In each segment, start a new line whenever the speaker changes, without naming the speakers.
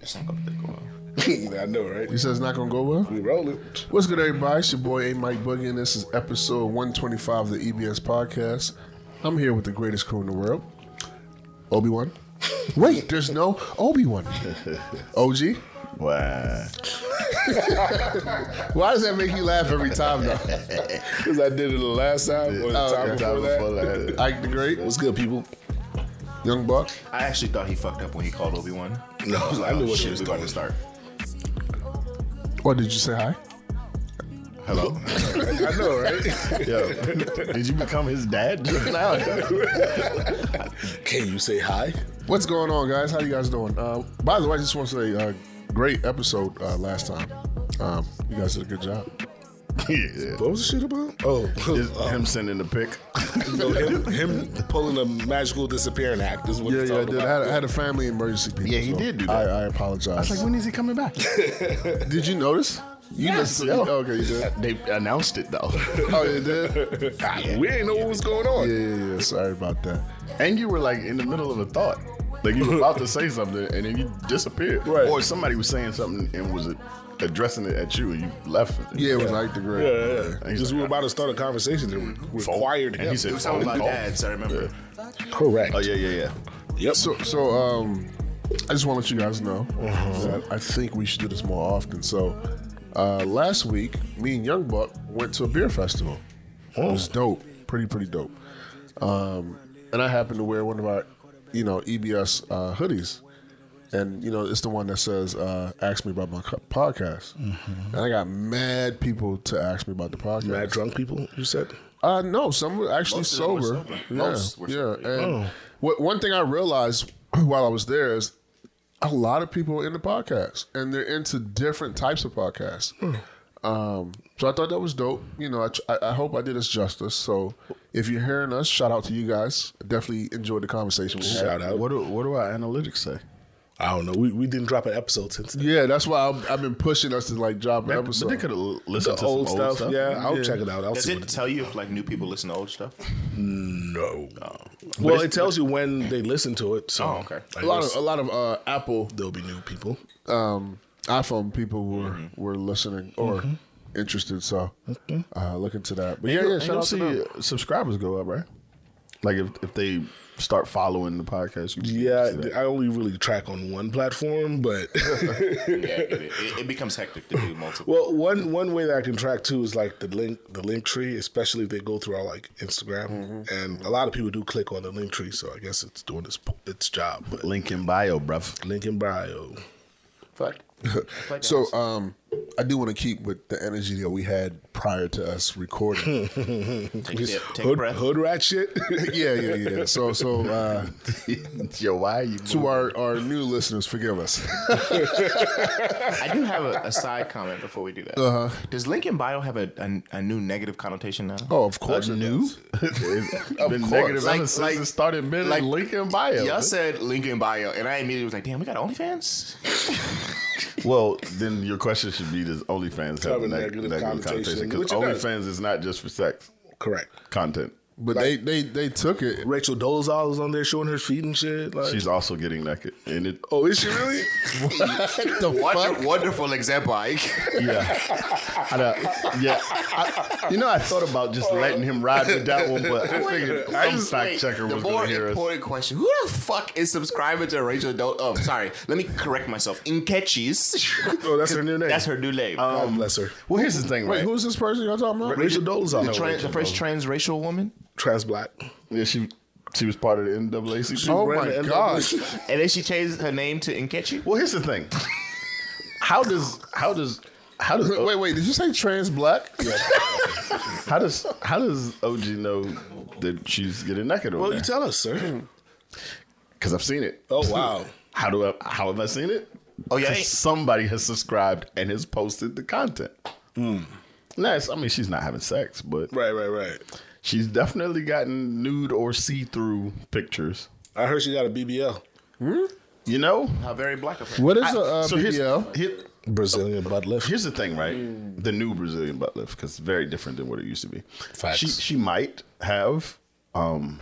It's not gonna take a while.
I know, right?
You said it's not gonna go well.
We rolling.
What's good, everybody? It's your boy A. Mike Boogie, and this is episode 125 of the EBS podcast. I'm here with the greatest crew in the world, Obi Wan. Wait, there's no Obi Wan. OG.
Wow.
Why does that make you laugh every time, though?
Because I did it the last time or the
Oh,
time
okay.
before that.
Ike the Great,
What's good, people?
Young Buck.
I actually thought he fucked up when he called Obi Wan.
No, I,
Like,
knew
oh,
what
shit,
it was
we about
going
to start.
What did you say? Hi.
Hello.
I know, right?
Yo, did you become his dad just now?
Can you say hi?
What's going on, guys? How you guys doing? Uh, by the way, I just want to say, uh, great episode uh, last time. Um, you guys did a good job.
yeah.
What was the shit about? Oh,
Just him sending the pic.
no, him, him pulling a magical disappearing act is what
Yeah,
it's
yeah, I
all
did. I had,
about.
I had a family emergency. People,
Yeah, he did do that.
I, I apologize.
when is he coming back?
did you notice? You
Yes, Oh.
just-
yo.
okay, you did.
they announced it though.
Oh, you did. Yeah,
Ah, We didn't know what was going on.
yeah, yeah. Sorry about that.
and you were like in the middle of a thought. Like you were about to say something and then you disappeared.
Right.
Or somebody was saying something and was addressing it at you and you left.
Yeah, it was like the great.
Yeah, yeah.
He's
Just
like,
we were about to start a conversation that re- required him.
And he said,
It was something
phone
about
call.
dads. I remember.
correct.
Oh yeah, yeah, yeah.
Yep.
So, so um, I just want to let you guys know that I think we should do this more often. So, uh, last week, me and Young Buck went to a beer festival. It was dope, pretty pretty dope. Um, and I happened to wear one of our, you know, EBS uh, hoodies, and you know, it's the one that says uh, "Ask me about my co- podcast." And I got mad people to ask me about the podcast.
Mad drunk people, you said?
Uh, no, some were actually
Most of them were
sober.
sober.
Yeah,
Most were
yeah.
sober,
And what, one thing I realized while I was there is a lot of people are into podcasts, and they're into different types of podcasts. Um, so I thought that was dope. You know, I, tr- I, I hope I did us justice. So if you're hearing us, shout out to you guys. Definitely enjoyed the conversation. We had.
Shout out.
What do what do our analytics say?
I don't know. We, we didn't drop an episode since then.
Yeah, that's why I've, I've been pushing us to like drop an
But
episode.
they could have
The
listened to
old,
some
stuff, yeah. I'll
Yeah.
check it out. I'll
Does
see
it
what
tell you if like new people listen to old stuff?
No. Well, it tells you when they listen to it. So
Oh, okay.
I
a lot
guess
of a lot of uh, Apple
there'll be new people.
um, iPhone people were were listening or
Mm-hmm.
interested. So uh, look into that. But yeah, yeah,
And
shout
you'll
out to them.
see subscribers go up, right? Like if, if they start following the podcast, you
Yeah, I only really track on one platform, but
yeah, it, it, it becomes hectic to do multiple.
well, one one way that I can track too is like the link the link tree, especially if they go through our like Instagram, and a lot of people do click on the link tree. So I guess it's doing its its job. But
link in bio, bruv.
link in bio.
Fuck.
So um, I do want to keep with the energy that we had prior to us recording.
take, a dip, take a
Hood,
breath.
hood rat shit.
yeah, yeah, yeah. So so uh,
Yo, why are you?
to our our new listeners, forgive us.
I do have a, a side comment before we do that. Uh-huh. Does Lincoln Bio have a, a, a new negative connotation now?
Oh, of course, it
new?
does.
it's been
course.
negative
Like-
ever since
like-
it started. Been
like-
like link in bio.
Y'all said Lincoln Bio, and I immediately was like, "Damn, we got OnlyFans."
Well, then your question should be: Does OnlyFans have a neg-
negative
negative
connotation,
connotation?
which
Because
it does.
OnlyFans is not just for sex
Correct.
content.
But they they they took it.
Rachel Dolezal is on there showing her feet and shit. Like,
She's also getting naked, and it.
oh, is she really?
The fuck?
wonderful example, Ike.
Yeah, I don't- yeah. I, you know, I thought about just letting him ride with that one, but I figured
I
some
just-
fact
wait,
checker
the
was
more
going to hear us.
important question: Who the fuck is subscribing to Rachel? Dol- oh, sorry. Let me correct myself. Inkechis.
Oh, that's her new name.
That's her new name.
God Oh, bless her.
Well, here's the thing,
Wait,
right?
who's this person y'all talking about?
Rachel Dolezal.
the, tran- the first transracial woman,
trans black.
Yeah, she she was part of the NAACP.
Oh
ran
my
the
gosh!
and then she changed her name to Inkechi.
Well, here's the thing. How does how does how does
Wait, wait. Did you say trans black?
how does how does OG know that she's getting naked over
Well,
there?
you tell us, sir.
Because I've seen it.
Oh wow.
How do I, how have I seen it?
Oh, yeah.
'Cause somebody has subscribed and has posted the content. Nice. I mean, she's not having sex, but
Right, right, right.
she's definitely gotten nude or see-through pictures.
I heard she got a BBL.
You know.
How very black of her.
What is a uh,
so here's,
BBL?
here-
Brazilian butt lift.
Here's the thing, right? The new Brazilian butt lift because it's very different than what it used to be.
Facts.
She she might have um,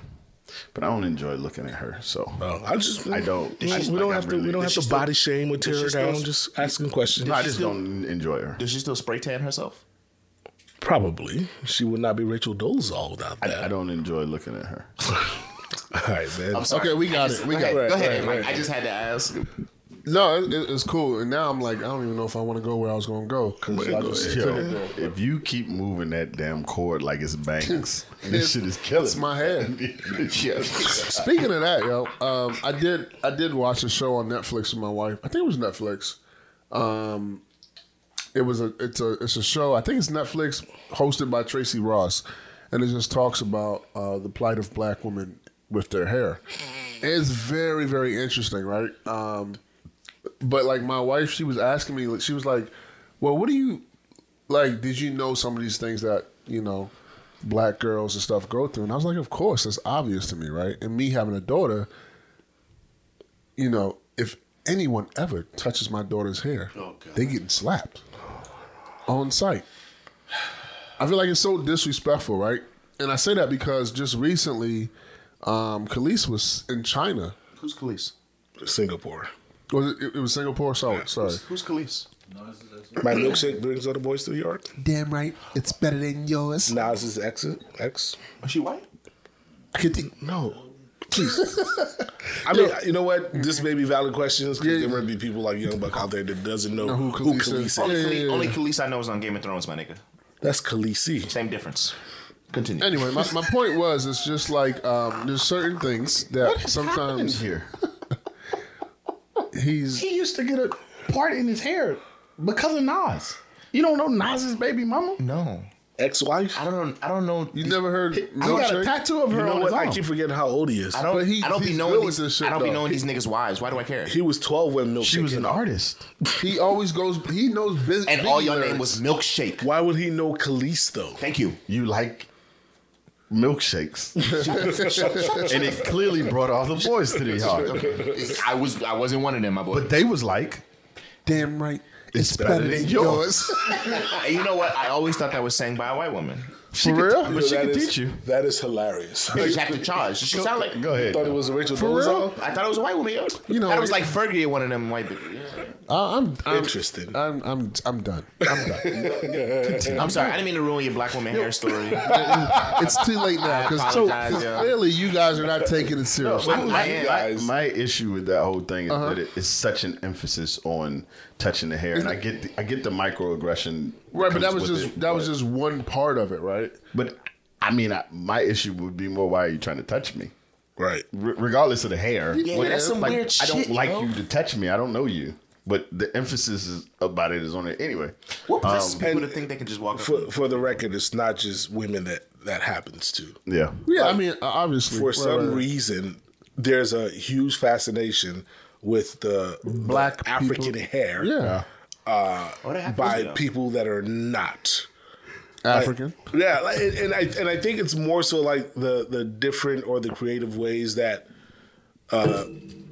But I don't enjoy looking at her. So
Oh, I just hmm,
I don't-
We
I just-
don't
like,
have
I'm
to. we
really-
don't
Does
have
she
to
still-
body shame or tear
she
her
still-
down. Just asking questions.
no, I just don't enjoy her.
Does she still spray tan herself?
Probably she would not be Rachel Dolezal without that.
I don't enjoy looking at her.
All right, man.
I'm sorry.
Okay, we got
I just-
it. We
go
got it.
ahead. Go
Right,
ahead,
right,
Mike. I just had to ask.
No, it, it- it's cool. And now I'm like, I don't even know if I want to go where I was going to go because I just took it there.
if you keep moving that damn cord like it's bangs, this shit is killing.
It's my head.
me. yeah.
Speaking of that, yo, um, I did I did watch a show on Netflix with my wife. I think it was Netflix. Um, it was a it's a it's a show. I think it's Netflix hosted by Tracy Ross, and it just talks about uh, the plight of black women with their hair. It's very very interesting, right? Um, but like my wife, she was asking me, like, she was like, "Well, what do you like? Did you know some of these things that you know black girls and stuff go through?" And I was like, "Of course, that's obvious to me, right?" And me having a daughter, you know, if anyone ever touches my daughter's hair, they getting slapped on sight. I feel like it's so disrespectful, right? And I say that because just recently, um, Khalees was in China.
Who's Khalees?
Singapore.
Was it, it was Singapore? Sorry, sorry.
Who's Khalees?
My milkshake brings other boys to the yard.
Damn right, it's better than yours.
Nas's ex, ex.
Is she white?
I could think no.
I mean, you know what? This may be valid questions because
Yeah,
there
yeah.
might be people like Young Buck out there that doesn't know,
who
who
Khaleesi
Khaleesi is.
is. Yeah,
Only,
yeah,
Khalees,
yeah.
only Khalees I know is on Game of Thrones, my nigga.
That's Khaleesi.
Same difference. Continue.
Anyway, my, my point was, it's just like um, there's certain things that sometimes
here.
he's
He used to get a part in his hair because of Nas. You don't know Nas's baby mama?
No,
Ex-wife.
I don't. I don't know.
you never heard.
He got a
milkshake?
tattoo of her
You know
on
what?
his
I
arm.
keep forgetting how old he is.
I don't.
But he-
I don't be
he's
knowing
good
these.
with this shit,
I don't be
though.
knowing these niggas' wives. Why do I care?
He was 12 when milkshake.
She was an
came out.
artist.
He always goes. He knows business.
and all your name was milkshake.
Why would he know Khalees though?
Thank you.
You like milkshakes. and it clearly brought all the boys to the yard.
I was. I wasn't one of them, my boy.
But they was like,
damn right.
it's, better, than yours.
And you know what? I always thought that was sang by a white woman.
She
For
could-
real?
But she
That
could
is-
teach you.
That is hilarious. I
Jack the Charge. She sound like.
Go ahead.
thought it was Rachel
For real?
Dolezal.
I thought it was a white woman. Yo.
You
You
know,
know, I was
it-
like Fergie, or one of them white. bitches.
I, I'm, I'm
Interested.
I'm I'm I'm done. I'm done.
I'm sorry, I didn't mean to ruin your black woman hair story.
it's too late now because
apologize, yo.
clearly you guys are not taking it seriously.
I- I am.
My, my issue with that whole thing is
Uh-huh.
that it, it's such an emphasis on touching the hair, and I get the, I get the microaggression.
Right, but that
comes
was
with
just
it,
that was
but-
just one part of it, right?
But I mean, I, my issue would be more: Why are you trying to touch me?
Right.
R- regardless of the hair,
Yeah,
Like,
that's some
like,
weird
I don't
shit,
like
yo.
you to touch me. I don't know you. But the emphasis is about it is on it anyway.
What
Um,
possesses people to
and-
think they can just walk up?
For for the record, it's not just women that that happens to.
Yeah,
Yeah, I mean, uh, obviously,
For
Right,
some
right.
reason, there's a huge fascination with the black African
people.
hair
yeah,
Oh, that happens,
by
though.
people that are not.
African.
Yeah, like, and and I and I think it's more so like the the different or the creative ways that uh,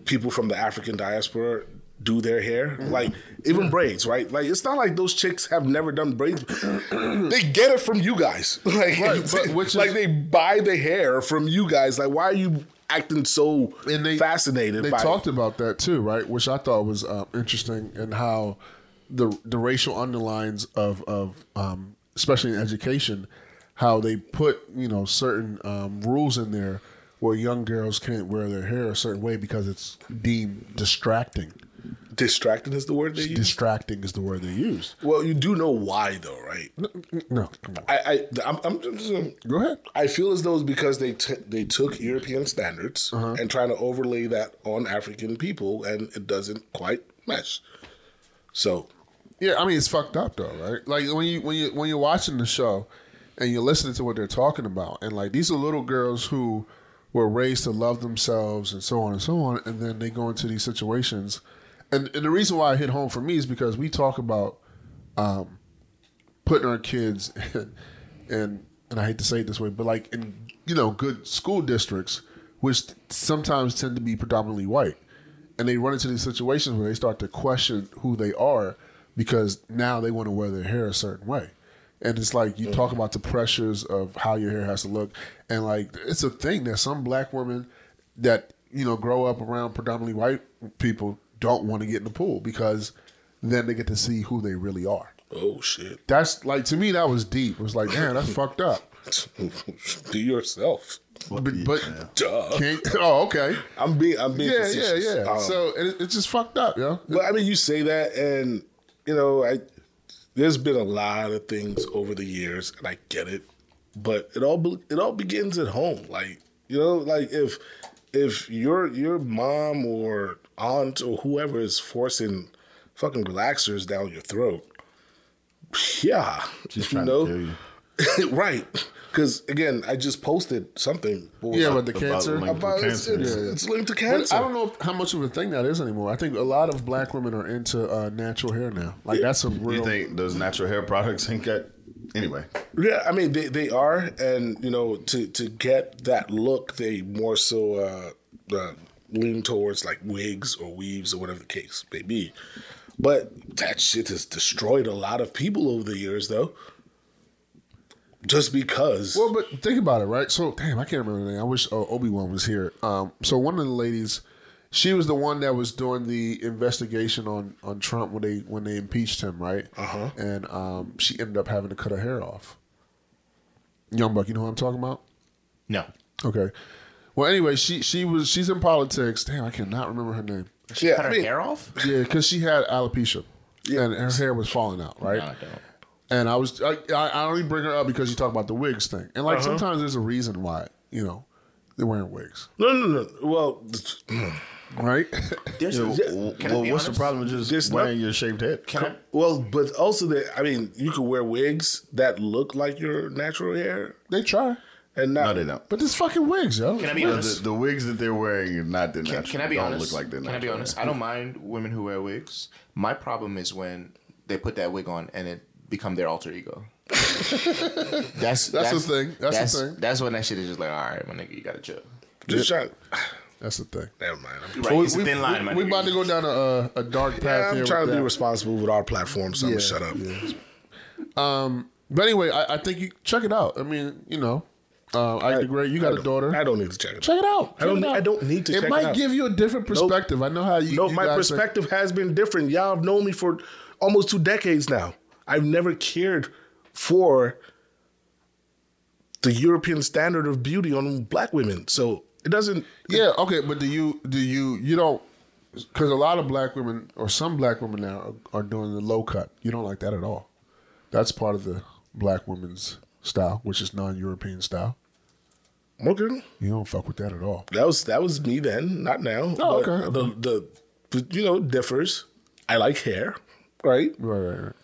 people from the African diaspora do their hair,
Mm-hmm.
like even braids, right? Like it's not like those chicks have never done braids. they get it from you guys, like
Right, but which
like
is-
they buy the hair from you guys. Like why are you acting so
And they-
fascinated?
they
by
talked
it?
about that too, right? Which I thought was um, interesting and how the the racial underlines of of um, especially in education, how they put you know certain um, rules in there where young girls can't wear their hair a certain way because it's deemed distracting.
distracting is the word they use.
Distracting is the word they use.
well, you do know why though, right?
No, come on.
I, I I'm, I'm just,
Go ahead.
I feel as though it's because they t- they took European standards
Uh-huh.
and trying to overlay that on African people, and it doesn't quite mesh. So
Yeah, I mean it's fucked up though, right? Like when you when you when you're watching the show and you're listening to what they're talking about, and like these are little girls who were raised to love themselves and so on and so on, and then they go into these situations, and and the reason why it hit home for me is because we talk about um, putting our kids in, and and I hate to say it this way, but like in you know good school districts, which sometimes tend to be predominantly white, and they run into these situations where they start to question who they are because now they want to wear their hair a certain way, and it's like you talk about the pressures of how your hair has to look, and like it's a thing that some black women that you know grow up around predominantly white people don't want to get in the pool because then they get to see who they really are.
Oh shit!
That's like to me that was deep. It was like, damn, that's fucked up.
Do yourself.
But, but
Duh.
can't, oh, okay.
I'm being. I'm being.
Yeah, yeah,
facetious.
yeah.
Um,
so it, it's just fucked up, yo.
But I mean, you say that, and you know, I there's been a lot of things over the years, and I get it. But it all be- it all begins at home, like you know, like if if your your mom or aunt or whoever is forcing fucking relaxers down your throat, yeah, you
trying to
know,
kill you.
right? Because again, I just posted something. What was
Yeah,
it?
but the cancer.
Lincoln.
about it's,
Cancer,
it's-
yeah.
it's linked to
But
cancer.
I don't know if- how much of a thing that is anymore. I think a lot of black women are into uh, natural hair now. Like that's a
Do
real.
you think those natural hair products ain't got anyway?
Yeah, I mean they, they are, and you know to to get that look, they more so uh, uh, lean towards like wigs or weaves or whatever the case may be. But that shit has destroyed a lot of people over the years, though. Just because,
Well, but think about it, right? So, damn, I can't remember the name. I wish uh, Obi Wan was here. Um, so one of the ladies, she was the one that was doing the investigation on on Trump when they when they impeached him, right? Uh-huh. And um, she ended up having to cut her hair off. Young Buck, you know who I'm talking about?
No.
Okay. Well, anyway, she she was she's in politics. Damn, I cannot remember her name.
yeah,
Cut
I
her
mean,
hair off?
Yeah, because she had alopecia, and her hair was falling out, right?
No, I don't.
And I was I, I I only bring her up because you talk about the wigs thing, and
Uh-huh.
like sometimes there's a reason why you know they're wearing wigs,
no, no, no. Well, it's-
right?
There's
Yeah,
a, can I
well,
be
what's the
honest?
problem with just
There's no-
wearing your shaved head?
Can I,
well, but also that I mean, you could wear wigs that look like your natural hair,
they try,
and
No,
not
they don't.
but there's fucking wigs, yo.
can I be
No,
honest?
the, the wigs that they're wearing are not the natural.
Can I be
don't
honest?
Look like they're
Can I be
natural.
honest? I don't mind women who wear wigs. My problem is when they put that wig on and it become their alter ego. that's, that's
the thing. That's the thing.
That's when that shit is just like, all right, my nigga, you gotta chill.
just try.
That's the thing.
Never mind. I'm
Right, it's a thin line, my
we
nigga.
about to go down a, uh, a dark path
Yeah,
here.
I'm trying
with
to be
that.
responsible with our platform, so I'm
Yeah,
gonna shut up.
Um, But anyway, I, I think you check it out. I mean, you know, uh, I, agree. You got a daughter.
I don't need to check it.
check it out.
I don't
Check it
need-
out.
I don't need to
It
check it
might
out.
give you a different perspective. I know how you.
No,
you
my
guys think.
perspective has been different. Y'all have known me for almost two decades now. I've never cared for the European standard of beauty on black women, so it doesn't.
Yeah, okay, but do you do you you don't because a lot of black women or some black women now are, are doing the low cut. You don't like that at all. That's part of the black woman's style, which is non-European style.
Okay,
You don't fuck with that at all.
that was that was me then, not now.
Oh,
but
okay.
The, the the you know it differs. I like hair, right?
Right, right, right.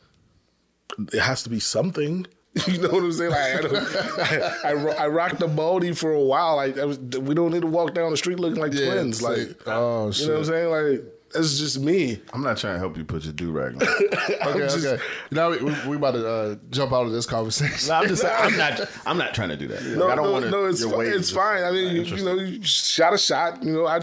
it has to be something. You know what I'm saying? Like, I, don't, I, I, ro- I rocked the baldy for a while. Like I was, we don't need to walk down the street looking like
Yeah,
twins.
it's
Like,
like, oh,
you
shit.
know what I'm saying? Like that's just me.
I'm not trying to help you put your do rag on.
Okay,
just-
okay. Now we, we, we about to uh, jump out of this conversation.
I'm just. I'm not. I'm not trying to do that.
No,
I don't
no,
want to.
no, it's, fi- it's fine. I mean, you, you know, you shot a shot. You know, I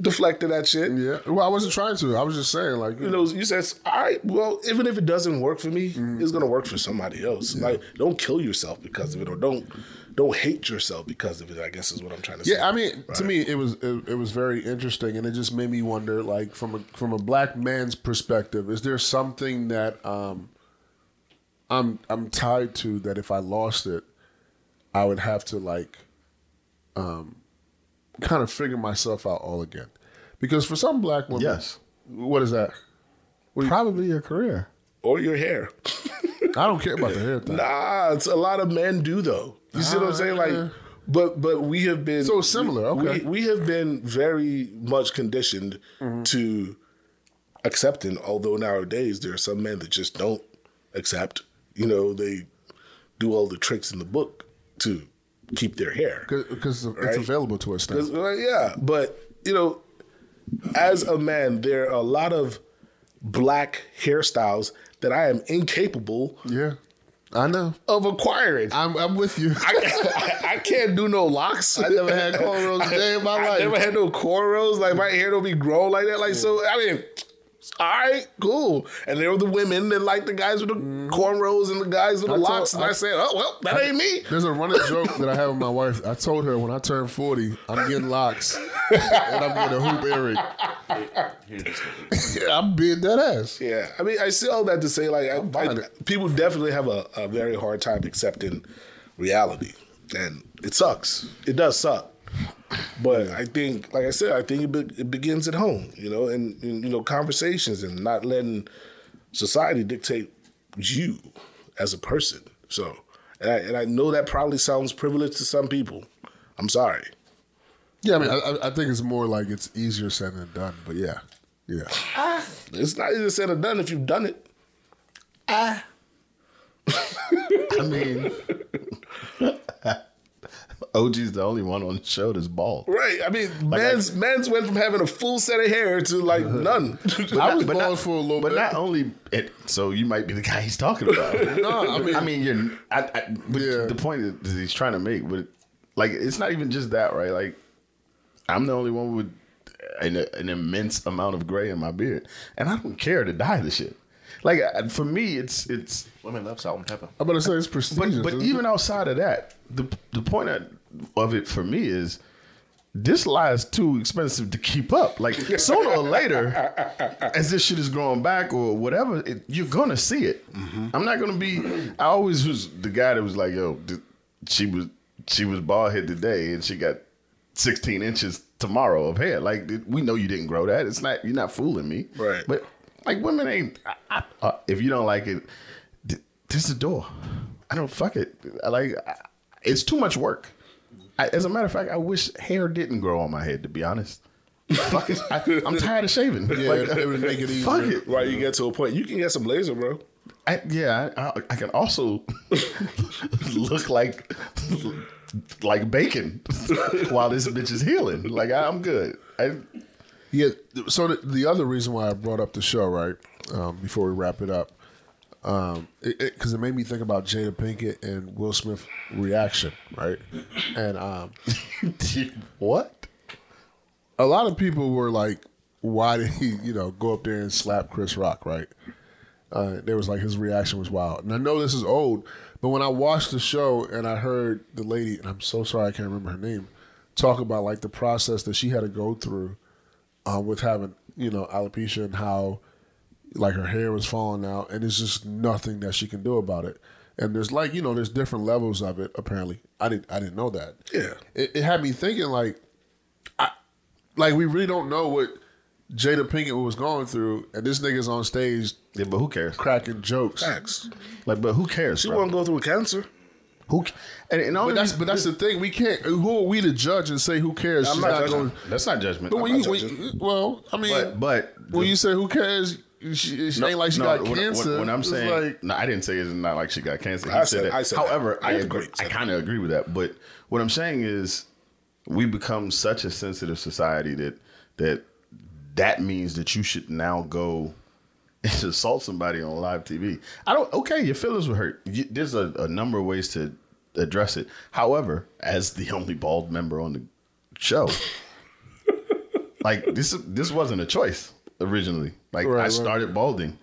deflected that shit.
yeah. Well, I wasn't trying to. I was just saying, like,
You know, you said, all right, well, even if it doesn't work for me,
Mm-hmm.
it's gonna work for somebody else. Like, don't kill yourself because of it, or don't don't hate yourself because of it. I guess is what I'm trying to say.
Yeah, I mean, to me, it was it, it was very interesting, and it just made me wonder, like from a from a black man's perspective, is there something that um, I'm I'm tied to that if I lost it, I would have to like, um, kind of figure myself out all again, because for some black women,
Yes.
what is that?
Probably your career.
or your hair.
I don't care about the hair thing.
Nah, Ah, it's a lot of men do though. You see what I'm saying? Like, but but we have been
So it's similar, okay.
We, we have been very much conditioned to accepting. Although nowadays there are some men that just don't accept. You know, they do all the tricks in the book to keep their hair.
Because it's
Right.
available to us now.
It's like, yeah, but you know, as a man, there are a lot of black hairstyles that I am incapable
Yeah, I know.
of acquiring.
I'm I'm with you.
I, I, I can't do no locks.
I never had cornrows a day in my
I
life.
never had no cornrows. Like my hair don't be grown like that. Like so, I mean, all right, cool. And there were the women that like the guys with the cornrows and the guys with the
Mm-hmm. I told-
locks. and I,
I-
said, oh, well, that ain't me.
There's a running joke that I have with my wife. I told her when I turn 40, I'm getting locks and I'm getting a hoop earring. Yeah, I'm being dead ass.
Yeah, I mean, I say all that to say, like, I,
buying
I, people definitely have a, a very hard time accepting reality, and it sucks. It does suck, but I think, like I said, I think it, be, it begins at home, you know, and, and you know, conversations and not letting society dictate you as a person. So, and I, and I know that probably sounds privileged to some people. I'm sorry.
Yeah, I mean, I- I, I think it's more like it's easier said than done, but yeah. Yeah.
It's not easy said or done if you've done it.
I mean, OG's the only one on the show that's bald.
Right. I mean, men's men's went from having a full set of hair to like none.
I was
But
bald
not-
for a little
But
bit.
not only, it, so you might be the guy he's talking about.
No, I mean-
I mean, you're. I, I, but
Yeah.
The point that he's trying to make, but like, it's not even just that, right? Like, I'm the only one with an, an immense amount of gray in my beard, and I don't care to dye the shit. Like, I- for me, it's it's.
Women love salt and pepper.
I'm about to say it's
But
prestigious.
but
isn't
even outside of that, the the point of- of it for me is this lie is too expensive to keep up. Like sooner or later, as this shit is growing back or whatever, it, you're gonna see it. I'm not gonna be. I always was the guy that was like, yo, th- she was she was bald head today and she got 16 inches tomorrow of hair. Like th- we know you didn't grow that. It's not you're not fooling me.
Right.
But like women ain't. I, I, uh, if you don't like it, th- this is the door. I don't fuck it. I like I, it's too much work. I, as a matter of fact, I wish hair didn't grow on my head. To be honest, fuck it. I, I'm tired of shaving.
it? yeah,
Like,
it would make it easier.
fuck it.
Right, you get to a point. You can get some laser, bro.
I, yeah, I, I, I can also look like like bacon while this bitch is healing. Like I, I'm good. I,
Yeah. th- So the, the other reason why I brought up the show, right, um, before we wrap it up, because um, it, it, 'cause it made me think about Jada Pinkett and Will Smith reaction, right? And um,
what?
a lot of people were like, "Why did he, you know, go up there and slap Chris Rock?" Right? Uh, there was like his reaction was wild, and I know this is old, but when I watched the show and I heard the lady, and I'm so sorry I can't remember her name, talk about like the process that she had to go through uh, with having you know alopecia and how like her hair was falling out, and it's just nothing that she can do about it. And there's like you know there's different levels of it. Apparently, I didn't I didn't know that.
Yeah.
it, it had me thinking like like we really don't know what Jada Pinkett was going through, and this nigga's on stage
Yeah, but who cares?
cracking jokes.
Facts.
Like, but who cares?
She
bro?
won't go through cancer.
Who? ca- And, and all
But that's but that's the thing. We can't. Who are we to judge and say who cares?
I'm
She's
not
not
judging.
going.
that's not judgment.
But when you,
I'm not
when you- well, I mean,
But- but-
when you say who cares, she, she
No,
ain't like she
no,
got
when- when-
cancer.
When, I'm
It's
saying,
like,
no, I didn't say it's not like she got cancer. He
I
said,
said-
that.
I said that.
However, I
I
agree.
agree.
I kind of agree with that. But what I'm saying is, we become such a sensitive society that that that means that you should now go and assault somebody on live TV. I don't. Okay, your feelings were hurt. You, there's a, a number of ways to address it. However, as the only bald member on the show, like this this wasn't a choice originally. Like
Right,
I
right.
started balding.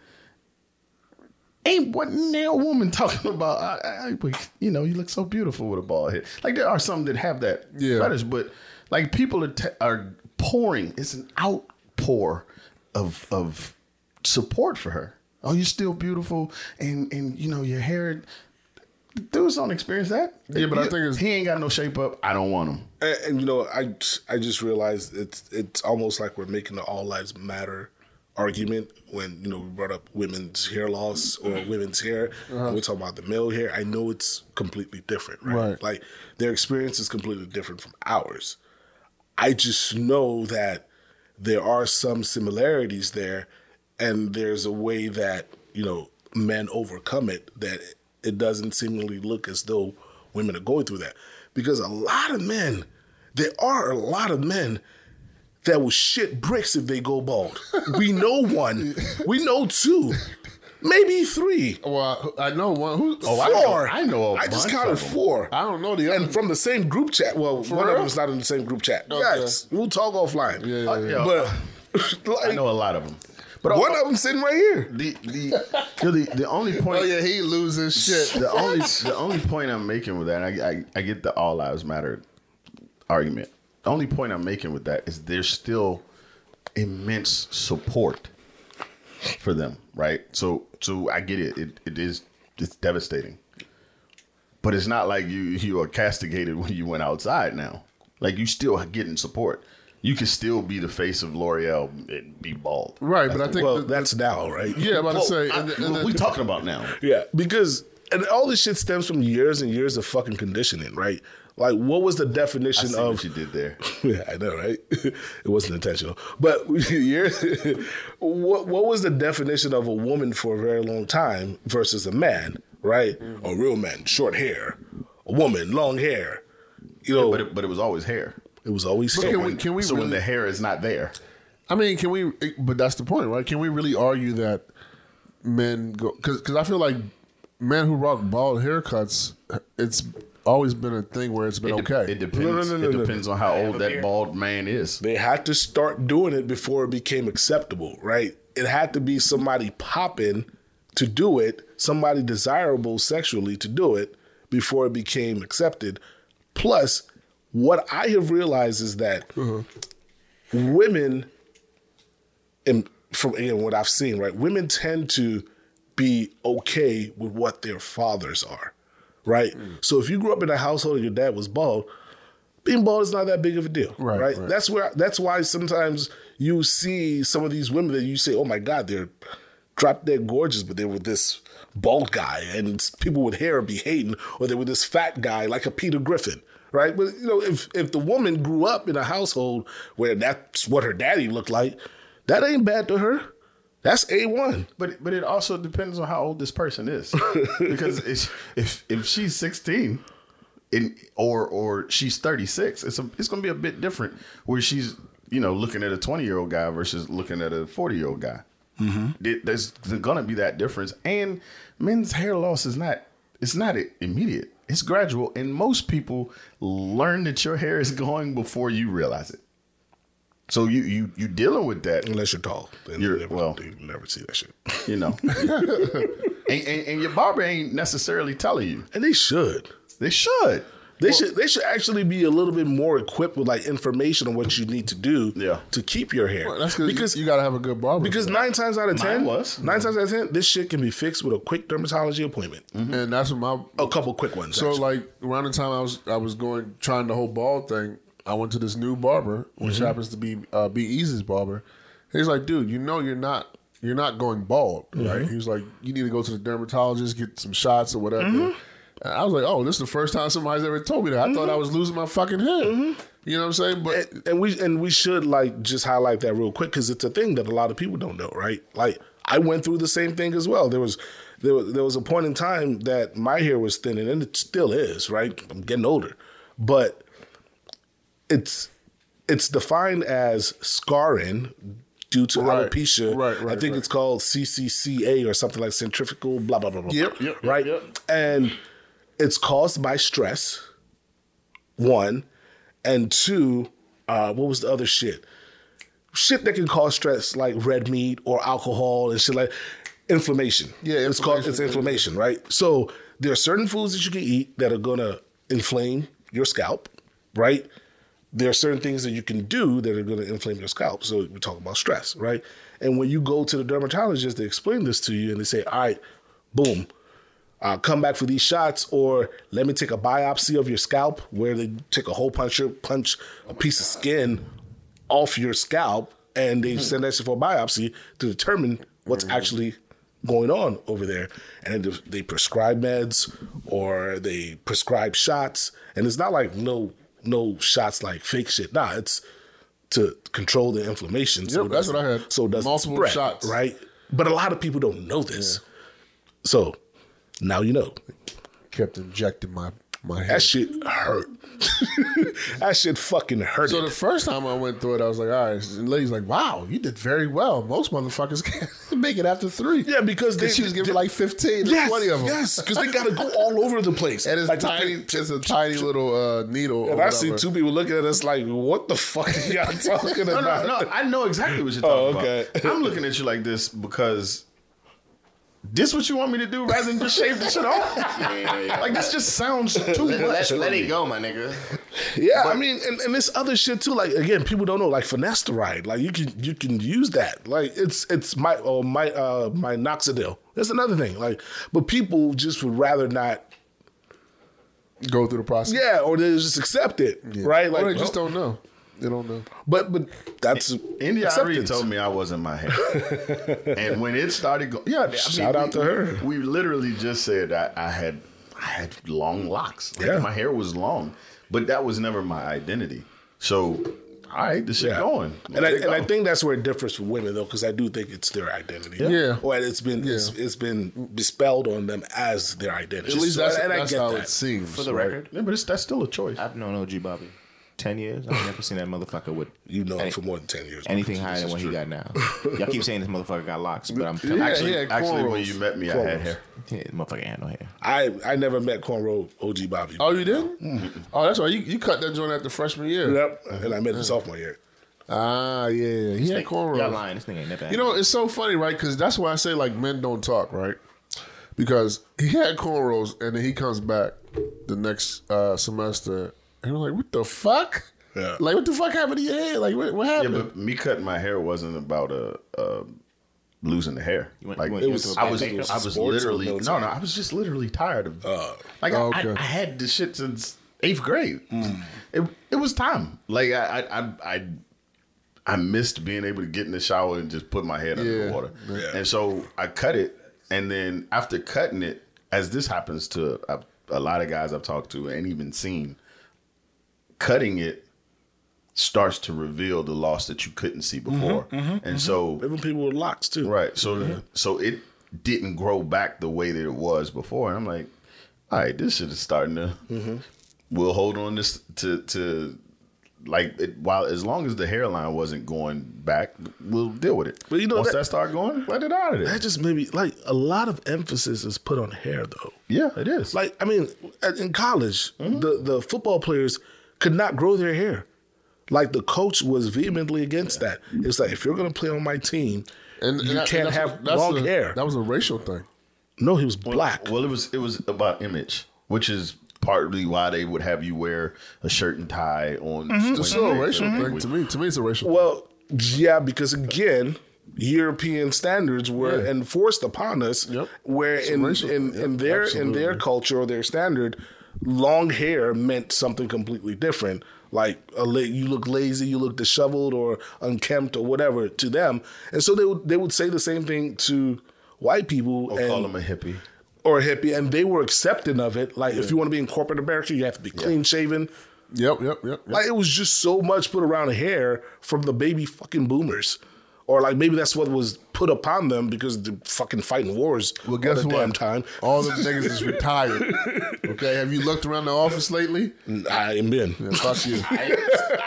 Ain't what nail woman talking about? I, I, you know, you look so beautiful with a bald head. Like there are some that have that
Yeah.
fetish, but like people are t- are pouring. It's an outpour of of support for her. Oh, you're still beautiful, and and you know your hair. Dudes don't experience that.
Yeah, but I
You-
think it's-
he ain't got no shape up. I don't want him.
And, and, you know, I I just realized it's it's almost like we're making the all lives matter argument when you know we brought up women's hair loss or women's hair.
Uh-huh.
and We're talking about the male hair. I know it's completely different, right?
Right.
Like their experience is completely different from ours. I just know that there are some similarities there, and there's a way that you know men overcome it that it doesn't seemingly look as though women are going through that because a lot of men, there are a lot of men that will shit bricks if they go bald. we know one, we know two, maybe three,
well, Oh, I I know one. Who?
Oh, I know-
four.
I know a
I just
bunch
counted
of them.
four.
I don't know the other.
And from the same group chat. Well, one of
real?
them's not in the same group chat.
Okay.
Yes, we'll talk offline.
Yeah, yeah, yeah.
Yo,
But like,
I know a lot of them. But
One of them sitting right here.
the the you know, the, the only point.
Oh yeah, he loses shit.
The only the only point I'm making with that, I, I I get the all lives matter argument. The only point I'm making with that is there's still immense support for them, right? So so I get it. It it is it's devastating. But it's not like you you are castigated when you went outside now. Like you still getting support. You can still be the face of L'Oreal and be bald.
Right, but I think
Well,
the-
that's now, right?
yeah, I'm about to
Well,
say.
I-
and the- and the-
we talking about now.
Yeah, because and all this shit stems from years and years of fucking conditioning, right? Like, what was the
I
definition
see
of
what you did there.
yeah, I know, right? it wasn't intentional, but you're, what what was the definition of a woman for a very long time versus a man, right? A real man, short hair, a woman, long hair. You know,
But
it,
it, but it was always hair.
was always hair.
Can we- can we
so when
really-
the hair is not there,
I mean, can we? But that's the point, right? Can we really argue that men go? Because I feel like men who rock bald haircuts, it's always been a thing where it's been
it, de-
okay.
it depends.
No, no, no, no,
it
no.
depends on how old
a
that
beard.
bald man is.
They had to start doing it before it became acceptable, right? It had to be somebody popping to do it, somebody desirable sexually to do it before it became accepted. Plus, what I have realized is that women, and from again what I've seen, right? Women tend to be okay with what their fathers are, right? So if you grew up in a household and your dad was bald, being bald is not that big of a deal,
Right,
right?
right.
That's where that's why sometimes you see some of these women that you say, "Oh my God, they're drop dead gorgeous," but they were this bald guy, and people with hair be hating, or they were this fat guy like a Peter Griffin. Right, but you know, if if the woman grew up in a household where that's what her daddy looked like, that ain't bad to her. That's a one.
But but it also depends on how old this person is, because it's, if if she's sixteen, in or or she's thirty six, it's a, it's gonna be a bit different where she's you know looking at a twenty year old guy versus looking at a forty year old guy. There- There's gonna be that difference, and men's hair loss is not it's not immediate. It's gradual, and most people learn that your hair is going before you realize it. So you you you dealing with that
Unless you're tall, then
You're-
you never,
well.
you never see that shit.
you know. and, and, and your barber ain't necessarily telling you.
And they should.
They should.
They should. They should actually be a little bit more equipped with like information on what you need to do
Yeah.
to keep your hair.
that's because
because
you, gotta have a good barber.
because nine times out of ten,
was.
nine times out of ten, this shit can be fixed with a quick dermatology appointment.
Mm-hmm.
and that's what my
A couple quick ones.
So
actually.
like around the time I was I was going trying the whole bald thing, I went to this new barber, which happens to be uh, B Easy's barber. He's like, dude, you know you're not you're not going bald, right? He was like, you need to go to the dermatologist, get some shots or whatever. And I was like, oh, this is the first time somebody's ever told me that. I thought I was losing my fucking hair. You know what I'm saying? But
and, and we and we should like just highlight that real quick because it's a thing that a lot of people don't know, right? Like I went through the same thing as well. There was there was, there was a point in time that my hair was thinning, and it still is, right? I'm getting older, but it's it's defined as scarring due to
Right.
alopecia.
Right, right,
I think
right.
it's called CCCA or something like centrifugal blah blah blah blah.
Yep,
blah,
yep, yep,
right.
yep.
And it's caused by stress one, and two, uh, what was the other shit? Shit that can cause stress, like red meat or alcohol and shit like inflammation.
Yeah,
it's called it's
inflammation.
inflammation, right? So there are certain foods that you can eat that are gonna inflame your scalp, right? There are certain things that you can do that are gonna inflame your scalp. So we talk about stress, right? And when you go to the dermatologist, they explain this to you and they say, all right, boom, uh, come back for these shots, or let me take a biopsy of your scalp, where they take a hole puncher, punch a piece of skin off your scalp, and
Hmm.
they send that shit for a biopsy to determine what's
Mm-hmm.
actually going on over there. And then they prescribe meds or they prescribe shots, and it's not like no no shots like fake shit. Nah, it's to control the inflammation. so
Yep,
it
that's
doesn't-
what I had.
So it doesn't
Multiple
spread,
shots.
right? But a lot of people don't know this. So now you know.
kept injecting my My
That
head.
shit hurt. that shit fucking hurt.
So
it.
the first time I went through it, I was like, all right. And the lady's like, wow, you did very well. Most motherfuckers can't make it after three.
Yeah, because they-
she was giving
they-
like 15 or
yes,
20 of them.
Yes, because they gotta go all over the place.
And it's
Like,
tiny, it's a tiny little uh, needle. or
And I see
whatever.
two people looking at us like, "What the fuck are y'all talking
No,
about?"
no, no. I know exactly what you're
Oh,
talking
okay.
about. I'm looking at you like this because this what you want me to do rather than just shave the shit off.
Yeah, yeah.
Like this just sounds too
let,
much.
let,
for
let
me.
it go, my nigga.
Yeah, I mean, and, and this other shit too. Like again, people don't know like finasteride. Like you can you can use that. Like it's it's my or my uh my Noxidil. That's another thing. Like, but people just would rather not.
Go through the process.
Yeah, or they just accept it, right? Like,
or they just
well,
don't know. They don't know.
But but that's
India Irene
acceptance.
told me I wasn't my hair, and when it started going, yeah, I mean,
Shout out
we-
to her.
We literally just said I, I had I had long locks. Like,
Yeah.
my hair was long, but that was never my identity. So, all right, this shit
Yeah.
going,
And I,
Let it
and I
go.
think that's where it differs from women though, because I do think it's their identity.
Yeah.
Or it's been it's, it's been dispelled on them as their identity.
At least
So-
that's,
and I
that's
get
how
that.
it seems.
For the
right?
record,
yeah, but it's, that's still a choice.
I've known OG Bobby ten years. I've never seen that motherfucker with
You know, him for more than ten years.
anything higher than what he got now. Y'all keep saying this motherfucker got locks, but I'm telling
Yeah,
actually,
he had
Actually,
cornrows.
when you met me, I had
Cornrows.
hair.
yeah, the motherfucker ain't had no hair.
I I never met Cornrow OG Bobby.
Oh, you did?
Mm-hmm.
Oh, that's why you, you cut that joint after freshman year.
Yep. And I met him sophomore year.
Ah, yeah, yeah. He had
Y'all
cornrows.
lying. This thing ain't never.
You know, it's so funny, right? Because that's why I say like men don't talk, right? Because he had cornrows, and then he comes back the next uh, semester, and we're like, "What the fuck?
Yeah.
Like, what the fuck happened to your head? Like, what, what
Yeah,
happened?"
but me cutting my hair wasn't about uh, uh, losing the hair.
went-
like
you went-
it
you
was,
went to a
I was,
bad
I was
sports or
literally no,
military?
no, I was just literally tired of. like I-
Uh, Okay. Mm.
I, I had this shit since eighth grade. It it was time. Like I I I. I I missed being able to get in the shower and just put my head under
Yeah.
the water. And so I cut it. And then after cutting it, as this happens to a, a lot of guys I've talked to and even seen, cutting it starts to reveal the loss that you couldn't see
Mm-hmm,
before. and so
Even people with locks too.
Right. So so it didn't grow back the way that it was before. And I'm like, all right, this shit is starting to.
Mm-hmm.
We'll hold on this to to like it, while as long as the hairline wasn't going back, we'll deal with it.
But you know
once
that-
that, start going, let it out of there.
That just maybe like a lot of emphasis is put on hair though.
Yeah, it is.
Like I mean, at- in college,
Mm-hmm.
the the football players could not grow their hair. Like the coach was vehemently against that. It's like if you're gonna play on my team,
and,
you
and that-
can't
that's-
have
that's
long
a-
hair.
That was a racial thing.
no, he was black.
Well, it was it was about image, which is partly why they would have you wear a shirt and tie on.
Mm-hmm.
It's
It's still a racial thing to me. To me, it's a racial. thing.
Well, yeah, because again, European standards were
Yeah.
enforced upon us,
Yep.
where
It's a
in
racial-
in,
yep,
in their in their
absolutely.
culture or their standard, long hair meant something completely different. Like a la- you look lazy, you look disheveled or unkempt or whatever to them, and so they would they would say the same thing to white people
Or
and,
call them a hippie.
or hippie, and they were accepting of it. Like if you want to be in corporate America, you have to be clean shaven.
Yep, yep, yep. yep.
Like it was just so much put around hair from the baby fucking boomers. Or like maybe that's what was put upon them because the fucking fighting wars
Well, guess
all the
what?
damn time.
All them niggas is retired. Okay, have you looked around the office lately?
I ain't been.
Yeah, fuck you.
I,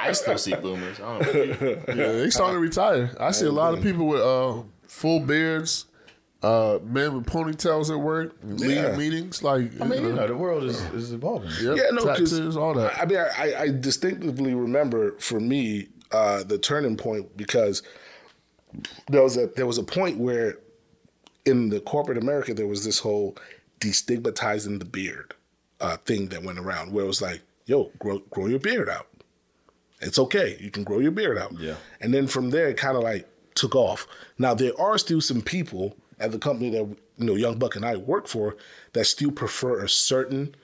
I still see boomers. I don't know.
Yeah, they starting to retire. I see a lot of people with uh, full beards, uh, men with ponytails at work, leading meetings. Like,
I mean, you know, the world is, is evolving.
yep,
Yeah, no, 'cause
tattoos, all that.
I I mean, I, I distinctively remember for me uh, the turning point because there was a there was a point where in the corporate America there was this whole destigmatizing the beard uh, thing that went around where it was like, yo, grow grow your beard out. It's okay, you can grow your beard out.
Yeah.
And then from there, it kind of like took off. Now there are still some people at the company that you know Young Buck and I work for that still prefer a certain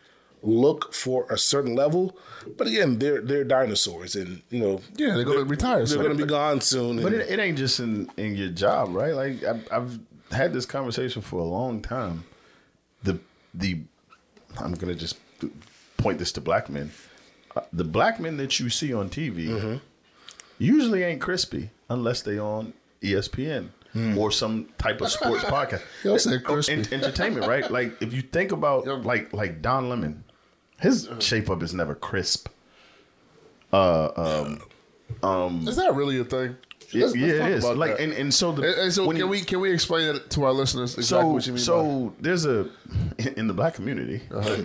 look for a certain level, but again, they're they're dinosaurs, and you know
yeah, they're gonna retire.
they're
soon.
going to be gone soon.
But
and-
it, it ain't just in, in your job, right? Like I've, I've had this conversation for a long time. The the I'm gonna just point this to black men. Uh, The black men that you see on TV usually ain't crispy unless they on E ESPN or some type of sports podcast. Oh,
Y'all said crispy.
En- entertainment, right? Like if you think about like like Don Lemon, His shape up is never crisp.
Is that really a thing?
Yeah,
Let's- let's
yeah,
talk
it is.
about
Like,
that.
and, and so the
And- and so
when
can
you-
we can we explain it to our listeners exactly
so
what you mean? by-
so there's a in the black community
Uh-huh.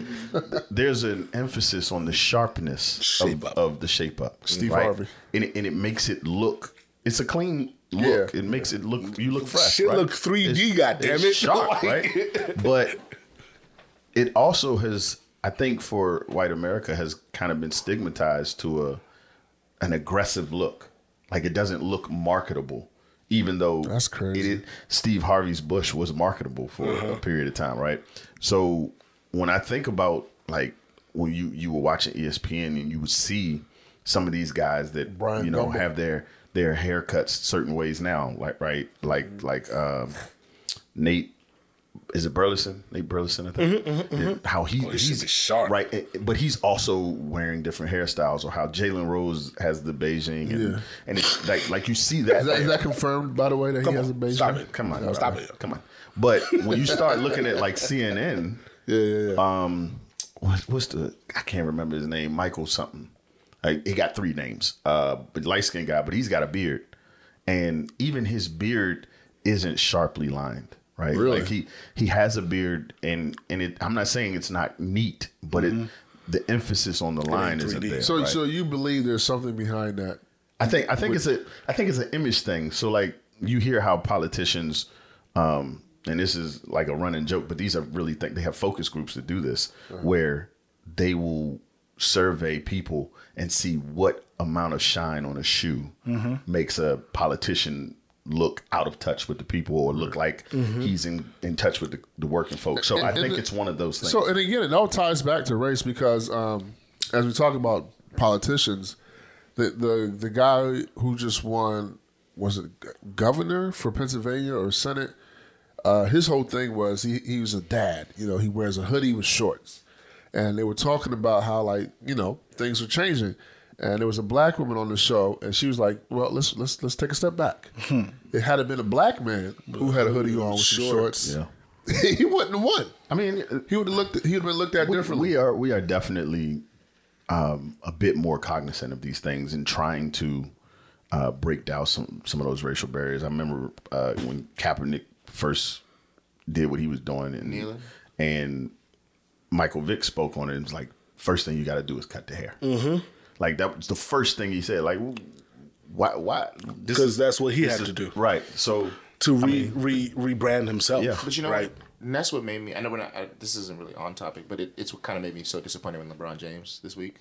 there's an emphasis on the sharpness
Shape
of,
up.
of the shape up.
Steve Harvey.
and it, and it makes it look. It's a clean look. It makes it look. You look fresh.
Shit
right?
look 3D, goddamn
it's
it.
sharp,
Like-
right? But it also has, I think, for white America, has kind of been stigmatized to a an aggressive look. Like it doesn't look marketable, even though
That's crazy.
It, Steve Harvey's bush was marketable for
Uh-huh.
a period of time, right? So when I think about like when you you were watching E ESPN and you would see some of these guys that
Brian
you know
Gumble.
have their their haircuts certain ways now, like right, like
Mm-hmm.
like um, Nate is it Burleson? Nate Burleson, I
Mm-hmm,
think. Yeah, how
Oh,
he,
he should
he's
be sharp.
right? it- But he's also wearing different hairstyles, or how Jalen Rose has the Beijing, and,
Yeah.
and it's like like you see that.
is that, is that confirmed by the way that
Come
he
on,
has a base?
stop it.
Come on, bro.
Stop it.
Come on. But when you start looking at like CNN,
Yeah, yeah, yeah.
um, what, what's the I can't remember his name, Michael something. Like he got three names. Uh, but light skinned guy, but he's got a beard, and even his beard isn't sharply lined, right?
Really?
Like he he has a beard, and and it. I'm not saying it's not neat, but it.
Mm-hmm.
The emphasis on the line isn't
3D.
there.
so
right?
so you believe there's something behind that?
I think I think it's a I think it's an image thing. So like you hear how politicians, um, and this is like a running joke, but these are really think they have focus groups that do this
Uh-huh.
where they will survey people and see what amount of shine on a shoe
Mm-hmm.
makes a politician look out of touch with the people or look like he's in, in touch with the, the working folks. So I
Mm-hmm. and
think
the-
it's one of those things.
So and again, it all ties back to race because um, as we talk about politicians, the the the guy who just won was it governor for Pennsylvania or Senate? Uh, his whole thing was he he was a dad. You know, he wears a hoodie with shorts, and they were talking about how like you know things were changing. And there was a black woman on the show, and she was like, "Well, let's let's let's take a step back.
Hmm.
It had it been a black man who had a hoodie on with some
Shorts.
shorts, he wouldn't have won.
I mean,
He would have looked. He would have been looked at
we,
differently.
we are we are definitely um, a bit more cognizant of these things and trying to uh, break down some some of those racial barriers. I remember uh, when Kaepernick first did what he was doing and and Michael Vick spoke on it. and was like first thing you got to do is cut the hair. Mm-hmm. Like that was the first thing he said. Like why why this
Because
is
that's what he
this
had
is-
to do.
right. So
To re, re rebrand himself.
Yeah.
But you know,
right?
what? and that's what made me. I know when I, I this isn't really on topic, but it, it's what kind of made me so disappointed when LeBron James this week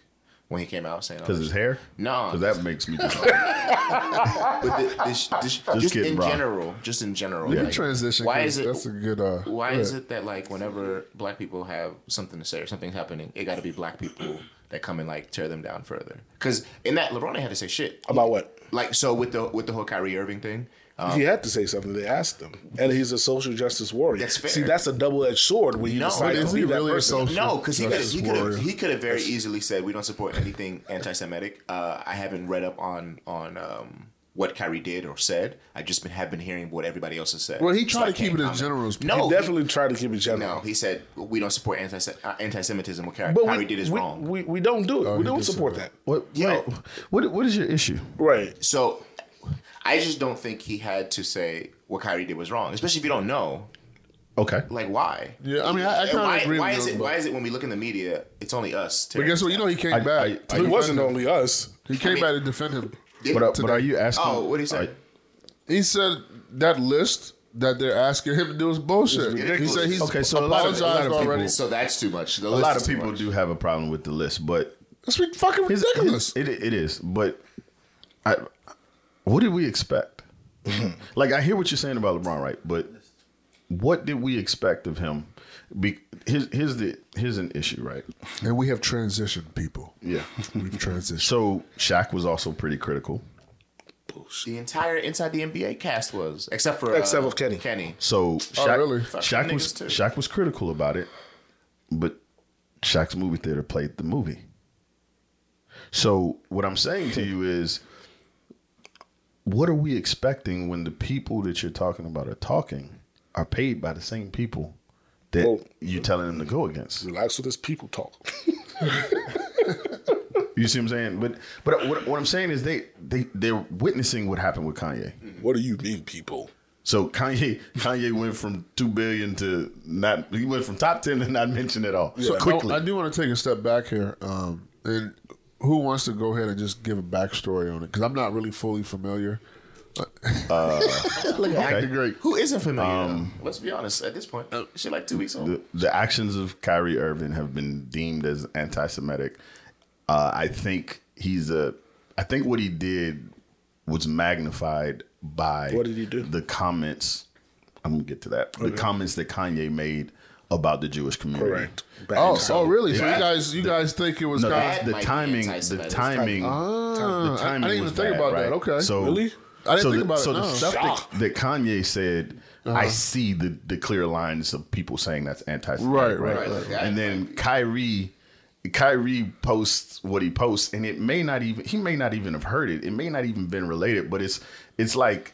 when he came out saying all
because
this
his hair.
No.
because that makes me just
But thi- this, this, just,
kidding,
in
bro.
general, just in general.
We can
like,
transition.
Why
'cause
is it?
That's a good. Uh,
why
go
is
ahead.
it that like whenever black people have something to say or something's happening, it got to be black people that come and like tear them down further? Because in that LeBron ain't had to say shit
About what?
Like so with the with the whole Kyrie Irving thing. Um,
he had to say something. They asked him, and he's a social justice warrior.
That's fair.
See, that's a double edged sword when you
No,
decide
but
to
is
be
he
that
really a
person.
social-
No, because he could
Justice
he could
warrior.
he could have very easily said we don't support anything anti-Semitic. Uh, I haven't read up on on um, what Kyrie did or said. I just been, have been hearing what everybody else has said.
Well, he
So
tried
I
to keep
can't
it in
comment.
general's- He
No,
Definitely try to keep it
He, no,
general.
he said we don't support anti uh, anti-Semitism. What Kyrie,
but
Kyrie
we,
did is
we,
wrong.
We, we don't do it. we
he
don't
did
support
support
that.
what
Yeah.
well, what what is your issue?
Right.
so I just don't think he had to say what Kyrie did was wrong, especially if you don't know.
Okay.
Like why?
Yeah, I mean, I- I
And
kinda
why,
agree
Why
with
is
him,
it?
but-
Why is it when we look in the media, it's only us?
But guess what? You know he came
I-
back.
I-
to
I-
defend
It wasn't
him.
only us.
He came
I mean-
back to defend him.
Yeah.
But, are- but are you asking?
Oh, what he said?
He said that list that they're asking him to do is bullshit. He
ridiculous.
said he's
Okay, so a lot of-
apologized
a lot of people-
already.
So that's too much.
a
The
lot of people do have a problem with the list, but
That's re- fucking ridiculous.
it it is. But I, what did we expect? like I hear what you're saying about LeBron, right? But what did we expect of him? Be, here's here's the here's an issue, right?
and we have transitioned people.
Yeah.
We've transitioned.
So Shaq was also pretty critical.
The entire inside the NBA cast was, except for uh,
Except for Kenny.
Kenny.
So Shaq,
really?
Shaq
Fucking
was
niggas too.
Shaq was critical about it, but Shaq's movie theater played the movie. So what I'm saying to you is, what are we expecting when the people that you're talking about are talking are paid by the same people that
Well-
you're telling them to go against?
Relax with this people talk.
You see what I'm saying? But but what, what I'm saying is they they they're witnessing what happened with Kanye.
What do you mean, people?
So Kanye Kanye went from two billion to not he went from top ten to not mentioned at all. So quickly.
I, I do want to take a step back here. Um, and who wants to go ahead and just give a backstory on it? Because I'm not really fully familiar. Look at acting great.
Who isn't familiar? though? Let's be honest. At this point, she like two weeks old.
the, the actions of Kyrie Irving have been deemed as anti-Semitic. Uh, I think he's a. I think what he did was magnified by
What did he do?
The comments. I'm gonna get to that. The comments that Kanye made about the Jewish community.
Correct.
Oh,
Bad
oh, really? So
Yeah.
you guys, you guys think it was
No,
kind
that
the, the
might be
timing. The
anti-Semitic.
timing.
Ah, I- I didn't even
was
think
bad,
about
right?
that. Okay.
So
Really?
I didn't
so
think
the,
about it,
So
no. Uh-huh.
the stuff that, that Kanye said, I see the, the clear lines of people saying that's anti-Semitic,
Right,
right?
right,
right, right.
And then Kyrie, Kyrie posts what he posts, and it may not even he may not even have heard it. It may not even been related, but it's it's like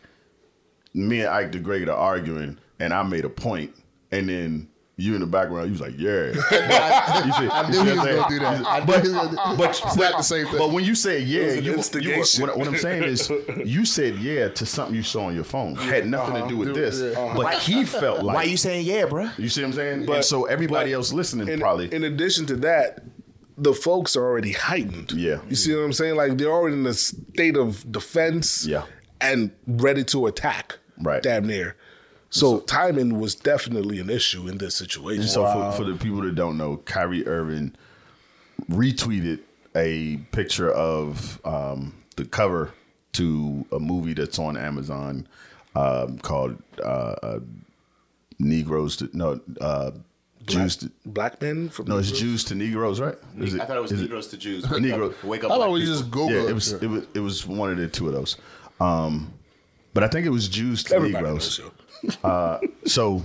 me and Ike the Great are arguing, and I made a point, and then. You in the background, you was like, yeah. You see-
I knew
you see
he was
what I'm
gonna
saying?
do that. I knew
But,
he was gonna do-
but
Uh-huh.
Uh-huh.
it's not the same thing.
But when you say yeah,
was an
you, you,
instigation.
what, what I'm saying is you said yeah to something you saw on your phone. Had nothing
Uh-huh.
to do with this. But he felt like
Why you saying yeah, bruh?
you see what I'm saying?
But-
and so everybody
but
else listening
in,
probably
In addition to that, the folks are already heightened.
Yeah.
You see what I'm saying? Like they're already in a state of defense.
Yeah.
And ready to attack.
Right.
Damn near. So timing was definitely an issue in this situation.
So for, for the people that don't know, Kyrie Irving retweeted a picture of um, the cover to a movie that's on Amazon um, called uh, uh, Negroes to no uh, Jews. To,
Black men from
no, it's Jews to Negroes, right? Is
I thought it was
is
Negroes to Jews. Wake
Negro-
up, wake
I
up.
thought
black
we
people.
just Google
Yeah,
it.
it was it was it was one of the two of those. Um, but I think it was Jews to
Everybody
Negroes. Uh,
knows you.
So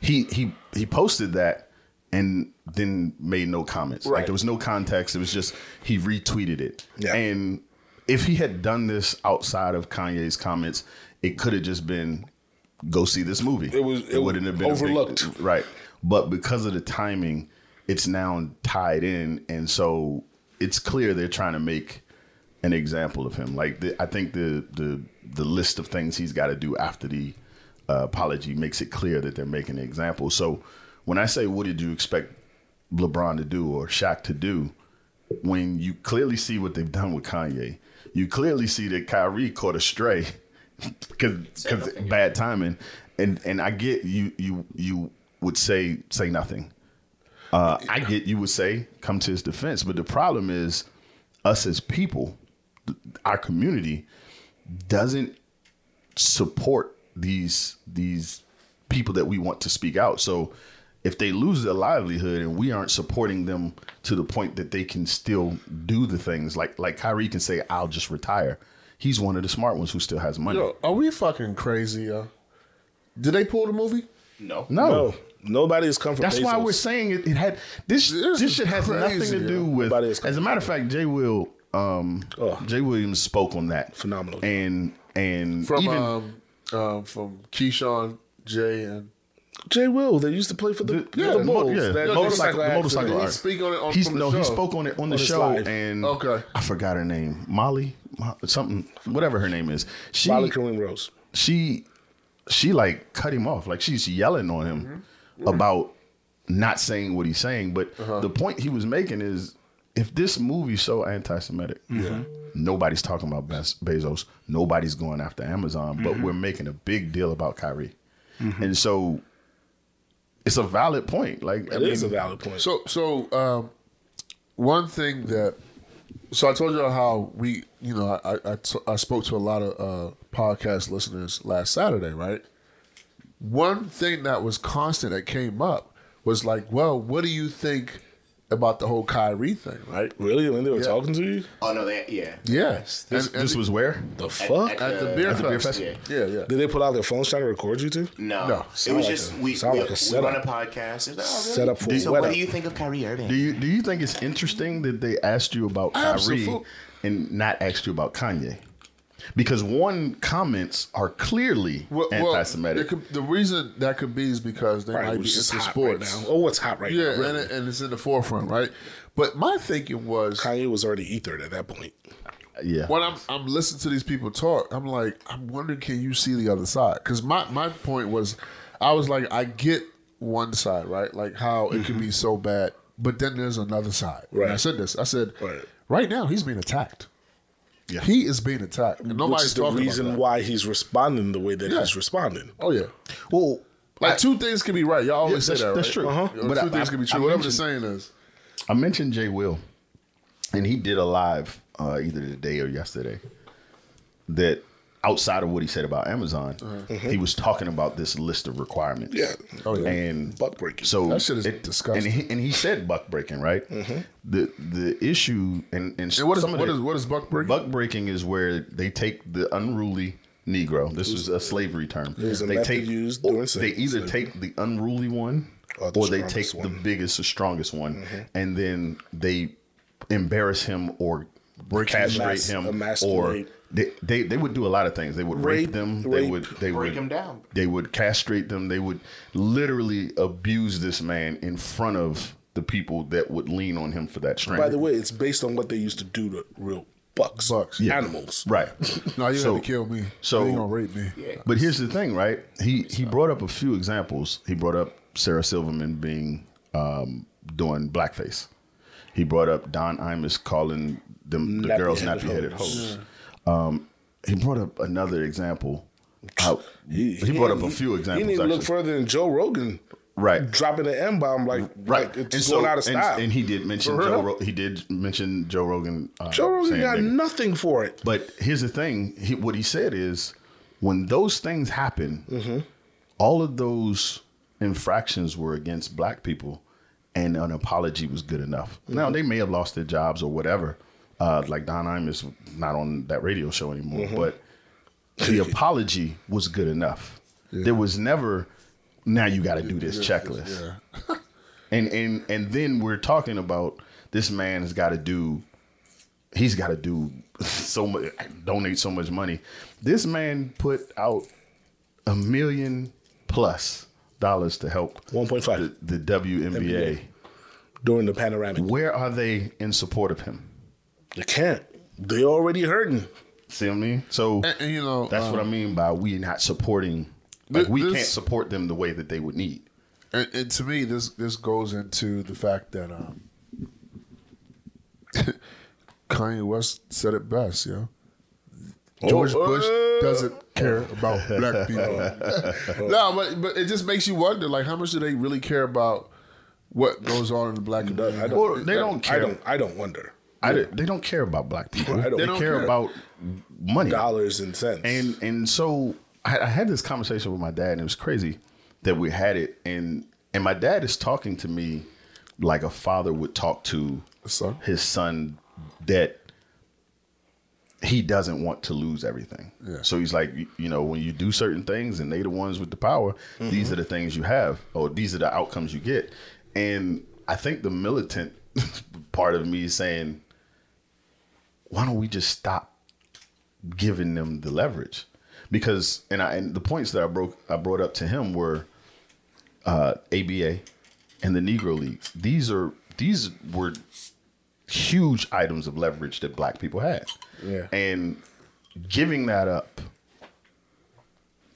he he he posted that and then made no comments.
Right.
Like there was no context. It was just he retweeted it.
Yeah.
And if he had done this outside of Kanye's comments, it could have just been go see this movie.
It was- it was
a big-
overlooked.
right. But because of the timing, it's now tied in and so it's clear they're trying to make an example of him. Like the, I think the the the list of things he's got to do after the uh, apology makes it clear that they're making an example. So when I say what did you expect LeBron to do or Shaq to do, when you clearly see what they've done with Kanye, you clearly see that Kyrie caught a stray because
nothing, yeah.
bad timing, and and I get you you you would say say nothing. Uh, I get you would say come to his defense, but the problem is us as people, th- our community doesn't support these these people that we want to speak out. So if they lose their livelihood and we aren't supporting them to the point that they can still do the things like like Kyrie can say I'll just retire. He's one of the smart ones who still has money.
Yo, are we fucking crazy? Yo? Did they pull the movie?
no.
no.
No, nobody has come from
That's why
Bezos.
we're saying it, it had this
This
this,
is
shit has
crazy,
nothing to do
yo.
with
Nobody is
as a matter of fact Jay Will um Jay Williams spoke on that.
Phenomenal.
And and
From
even
um, um, from Keyshawn, Jay, and
Jay Will. They used to play for the,
Yeah,
for
the
the
mo-
Bulls.
yeah.
That
The motorcycle- the
accident.
motorcycle
Did he
accident.
speak on it on
He's,
from the
no,
show?
he spoke on it on the
his
show,
live.
and
Okay.
I forgot her name, Molly, Mo- something, whatever her name is. She,
Molly Kareem Rose.
she, she like cut him off, like she's yelling on him
Mm-hmm.
about not saying what he's saying. But
Uh-huh.
the point he was making is, if this movie's so anti-Semitic,
Mm-hmm.
nobody's talking about Bez- Bezos, nobody's going after Amazon, but
Mm-hmm.
we're making a big deal about Kyrie, and so. It's a valid point. Like I
It is
mean,
a valid point.
So, so um, one thing that, so I told you how we, you know, I I- I t- I spoke to a lot of uh, podcast listeners last Saturday, right? One thing that was constant that came up was like, well, what do you think about the whole Kyrie thing, right?
really, when they were talking to you,
Oh no, they yeah.
Yes,
This,
And- and
this was where?
the fuck?
at-
at the
uh,
beer
at
fest.
the beer fest?
Yeah, yeah.
Did they pull out their phones trying to record you too?
No,
No,
it
sound
was
like
just
a-
we,
sound
we,
like a
we
setup.
run a podcast. It's like, oh, really?
Set up for
so
wet
what
up.
do you think of Kyrie Irving?
Do you do you think it's interesting that they asked you about Kyrie
Absolute-
and not asked you about Kanye? because one comments are clearly
Well, well,
anti-Semitic.
it could- the reason that could be is because they might be
which
into
is hot
sports.
right now. Oh, what's hot right
yeah,
now? really.
and, it, and it's in the forefront, right? But my thinking was
Kanye was already ethered at that point.
yeah,
when I'm I'm listening to these people talk, I'm like, I'm wondering, can you see the other side? Because my my point was, I was like, I get one side, right? Like how it
Mm-hmm.
could be so bad, but then there's another side. Right. I
Right.
said this. I said,
Right.
right, now he's being attacked.
Yeah.
He is being attacked. And
Which
nobody's
is the
talking
reason
about
why he's responding the way that
Yeah.
he's responding.
that. Oh yeah.
well,
Like two things can be right. Y'all always
Yeah,
say that.
that's- that's
right?
true. Uh-huh.
Or
But
two
I-
things can be
I-
true.
I
Whatever the saying is.
I mentioned Jay Will, and he did a live uh, either today or yesterday that outside of what he said about Amazon, he was talking about this list of requirements.
Yeah.
Oh, Uh-huh. yeah.
And
Buck breaking.
So
That shit is disgusting.
And he, and he said buck breaking, right? The the issue and and,
And what is
some of
what
the-
is what is buck breaking?
Buck breaking is where they take the unruly Negro. This was a slavery term.
was a
they
method
take
used
or
during
they
slavery.
either take the unruly one
Or
or,
the
they
strongest
take the
one.
biggest, the strongest one, and then they embarrass him or castrate
emas-
him or
emasculate.
they, they they would do a lot of things. They would rape,
Rape,
them.
rape,
they would they
break
would
him down.
They would castrate them. They would literally abuse this man in front of the people that would lean on him for that strength.
By the way, it's based on what they used to do to real bucks,
Bucks.
Yeah.
animals.
right?
No, you
So-
have to kill me.
so-
you gonna rape me?
But here's the thing, right? He he brought up a few examples. He brought up Sarah Silverman being um, doing blackface. He brought up Don Imus calling them the girls nappy-headed
Nappy-headed
hoes. Um, he brought up another example. How- he, brought up a
didn't-
few
He
examples.
didn't even
actually.
look further than Joe Rogan
right,
dropping an M bomb like
right.
like it's
and
going
so-
out of
and-
style.
And, he did mention
For
Joe.
real.
Ro- he did mention Joe Rogan. uh,
Joe Rogan
saying
got
nigga.
nothing for it.
But here's the thing: he, what he said is, when those things happen,
Mm-hmm.
all of those infractions were against black people, and an apology was good enough.
Mm-hmm.
Now they may have lost their jobs or whatever. Uh, like Don Imus not on that radio show anymore,
Mm-hmm.
but the apology was good enough. There was never. Now you got to do this checklist and and and then we're talking about this man has got to do he's got to do so much donate so much money this man put out a million plus dollars to help
1.5.
the, the WNBA
during the panoramic.
where are they in support of him
They can't. They already hurting.
see what I mean so
And, and, you know
that's
um,
what I mean by we not supporting like
Thi-
we
this-
can't support them the way that they would need
and, and to me this this goes into the fact that um Kanye West said it best, yo. George
Oh,
Bush
uh.
doesn't care about black
Oh.
people. no, but but it just makes you wonder, like, how much do they really care about what goes on in the black community?
I don't-
Well, they don't
I
care.
don't. I don't wonder
I don't- they don't care about black people
I don't
they don't care,
care.
about money
dollars and cents.
And and so I, I had this conversation with my dad, and it was crazy that we had it. And and my dad is talking to me like a father would talk to
Son?
his son that he doesn't want to lose everything.
Yeah.
So he's like, you- you know, when you do certain things and they the ones with the power, these are the things you have, or these are the outcomes you get. And I think the militant part of me is saying, why don't we just stop giving them the leverage? Because and I and the points that I broke I brought up to him were uh, ABA and the Negro Leagues. These are these were huge items of leverage that black people had.
Yeah.
And giving that up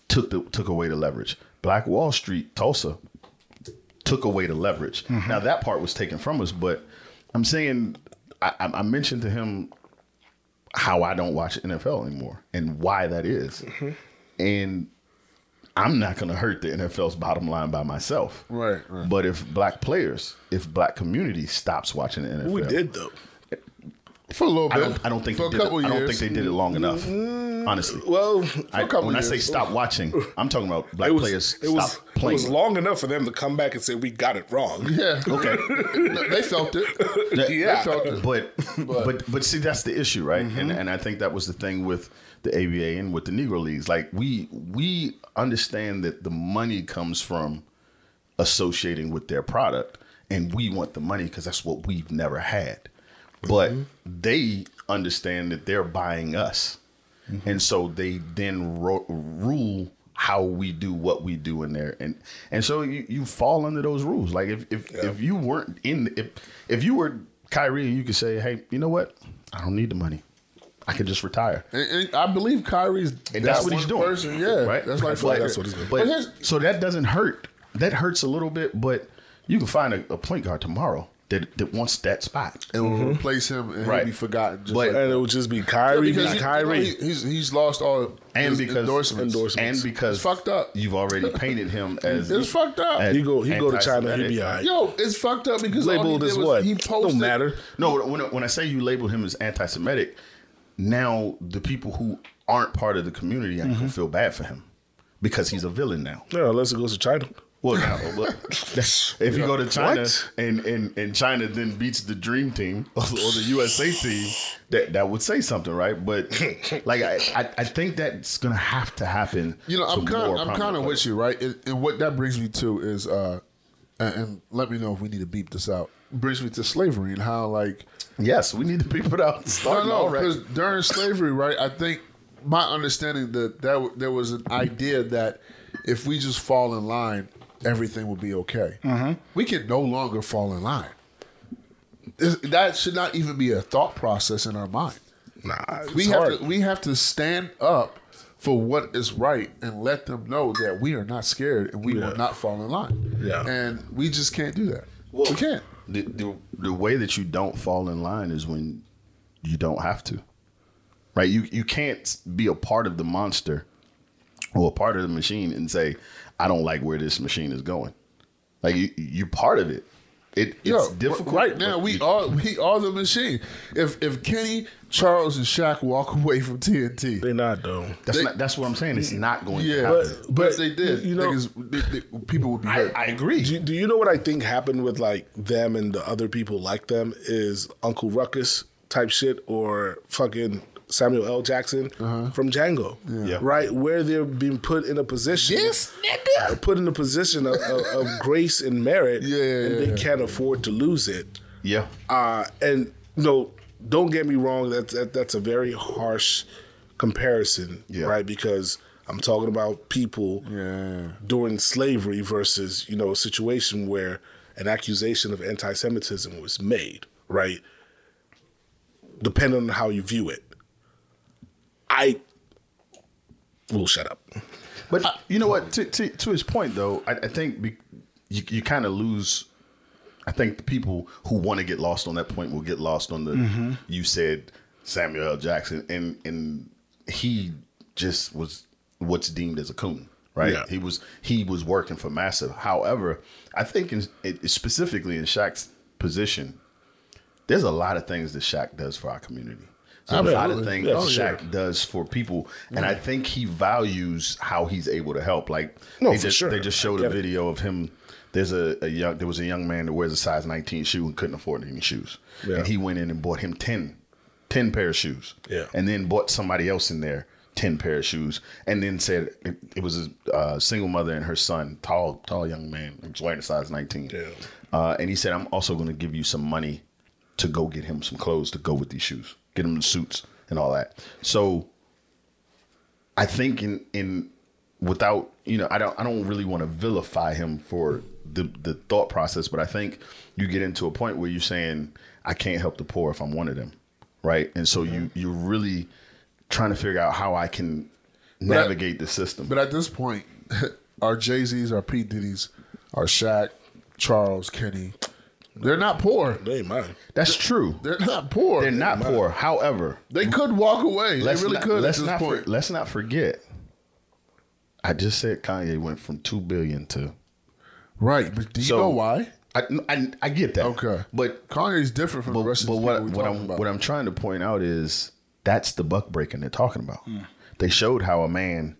took the took away the leverage. Black Wall Street, Tulsa, took away the leverage.
Mm-hmm.
Now that part was taken from us, but I'm saying I, I I mentioned to him how I don't watch NFL anymore and why that is.
Mm-hmm.
and I'm not going to hurt the NFL's bottom line by myself.
Right, right.
But if black players, if black community stops watching the NFL,
we did though.
for a little
I
bit.
don't. I don't think.
for
They
a
did it.
couple
I
years. Mm,
don't think they did it long enough. Honestly,
Well,
I,
couple
when I say
years.
stop watching, I'm talking about black
it was
players
it
stop
was it
playing.
was long enough for them to come back and say we got it wrong.
Yeah.
Okay.
No, they felt it.
That-
Yeah.
They felt Mm-hmm. it.
but but but see that's the issue right and and i think that was the thing with the aba and with the negro leagues like we we understand that the money comes from associating with their product and we want the money because that's what we've never had but they understand that they're buying us and so they then ro- rule how we do what we do in there, and and so you, you fall under those rules. Like if if, if you weren't in if if you were Kyrie, you could say, hey, you know what? I don't need the money. I can just retire.
And- and I believe Kyrie's.
And that's
that
what he's
one
doing.
Person, yeah,
Right?
That's like
But-
that's what he's doing.
But,
But here's-
so that doesn't hurt. That hurts a little bit, but you can find a, a point guard tomorrow that, that wants that spot.
and we'll replace him and
Right.
he'll be forgotten. Just
But-
like,
and it would just be Mm-hmm. Kyrie,
because
be
he-
Kyrie.
you know, he- he's he's lost all
And
his
because
endorsements.
endorsements.
and because
It's fucked up.
You've already painted him as
It's fucked up.
as
He go- he go to China, he be
anti-Semitic.
all right.
Yo, it's fucked up because all he
Labeled
did
as
was
what?
he posted.
Don't matter.
No, when, when I say you labeled him as anti-Semitic, now the people who aren't part of the community I
Mm-hmm.
can feel bad for him because he's a villain now.
Yeah, unless it goes to China.
Well, now, if you go to China and, and, and China then beats the dream team or the USA team, that, that would say something, right? But like I, I, I think that's gonna have to happen.
You know,
to
I'm kind
more
I'm kind of
prominent
with you, right? And, and what that brings me to is, uh, and, and let me know if we need to beep this out. Brings me to slavery and how like
players. Yes, we need the people out and
no,
start
no,
all right.
because during slavery, right? I think my understanding that that w- there was an idea that if we just fall in line, everything will be okay.
Mm-hmm.
We can no longer fall in line. This- that should not even be a thought process in our mind.
Nah, Uh, it's
we
hard.
have to we have to stand up for what is right and let them know that we are not scared and we
Yeah.
will not fall in line.
Yeah.
And we just can't do that. we can't.
The, the the way that you don't fall in line is when you don't have to, right? You you can't be a part of the monster or a part of the machine and say, I don't like where this machine is going. Like you you're part of it. It it's
Yo,
difficult
Right now,
but
we
you-
are we are the machine. If if Kenny, Charles, and Shaq walk away from TNT,
They not though.
That's not, that's what I'm saying. It's not going to
yeah, but,
happen.
but,
but
if they did,
you know-
niggas- they- they- people would be hurt.
I, I agree.
Do you, do you know what I think happened with like them and the other people like them is Uncle Ruckus type shit or fucking Samuel L. Jackson from Django,
Yeah.
right? Where they're being put in a position,
Yes,
nigga, put in a position of, of, of grace and merit,
Yeah, yeah,
and they
yeah.
can't afford to lose it.
yeah.
Uh, and no, don't get me wrong. That's that, that's a very harsh comparison,
Yeah.
right? Because I'm talking about people during slavery versus you know a situation where an accusation of anti-Semitism was made, right? Depending on how you view it, I will shut up.
But you know what? To, to, to his point, though, I, I think be, you, you kind of lose. I think the people who want to get lost on that point will get lost on the. You said Samuel L. Jackson, and and he just was what's deemed as a coon, right?
Yeah.
He was he was working for Massa. However, I think in, it, specifically in Shaq's position, there's a lot of things that Shaq does for our community. There's a lot of
Absolutely.
things
Yeah,
that
for sure.
Shaq does for people, and I think he values how he's able to help. Like
No,
they
for
just
sure.
they just
I
showed
get
a
it.
video of him. There's a, a young there was a young man that wears a size 19 shoe and couldn't afford any shoes,
Yeah.
and he went in and bought him 10, 10 pair of shoes,
Yeah.
and then bought somebody else in there 10 pair of shoes, and then said it, it was a uh, single mother and her son, tall tall young man, he was wearing a size 19,
Yeah.
uh, and he said, I'm also going to give you some money to go get him some clothes to go with these shoes, get him the suits and all that. So I think in in without you know I don't I don't really want to vilify him for the the thought process, but I think you get into a point where you're saying I can't help the poor if I'm one of them, right? And so you
Mm-hmm.
you're really trying to figure out how I can
I-
navigate the system.
But at this point, our Jay Z's, our P Diddy's, our Shaq, Charles, Kenny, they're not poor.
They ain't mine.
That's true.
They're not poor.
They're not poor. However,
They could walk away. They
let's
really
not,
could at
let's
this
not for-
point.
let's not forget. I just said Kanye went from two billion to.
right, but do you
So-
know why?
I, I, I get that.
Okay,
but
Kanye's different from the rest of
but
the
what,
people we're
what
talking
I'm
about.
what I'm trying to point out is that's the buck breaking they're talking about.
Hmm.
They showed how a man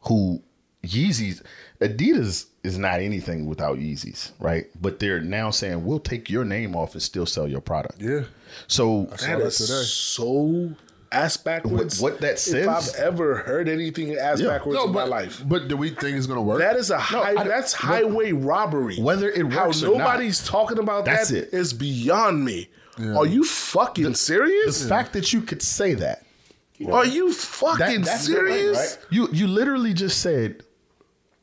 who Yeezys Adidas is not anything without Yeezys, right? But they're now saying we'll take your name off and still sell your product.
yeah,
So
That
that
is
today.
so ass backwards.
what that
If
says-
I've ever heard anything ass
Yeah.
backwards
no,
in
but
my life.
but do we think it's gonna work?
That is a high,
I-
that's highway robbery.
Whether it works
how
or not.
nobody's talking about
That's
that
it.
is beyond me. Are you fucking
the
serious?
fact that you could say that
Are you fucking
That- that's the thing,
serious?
right? You you literally just said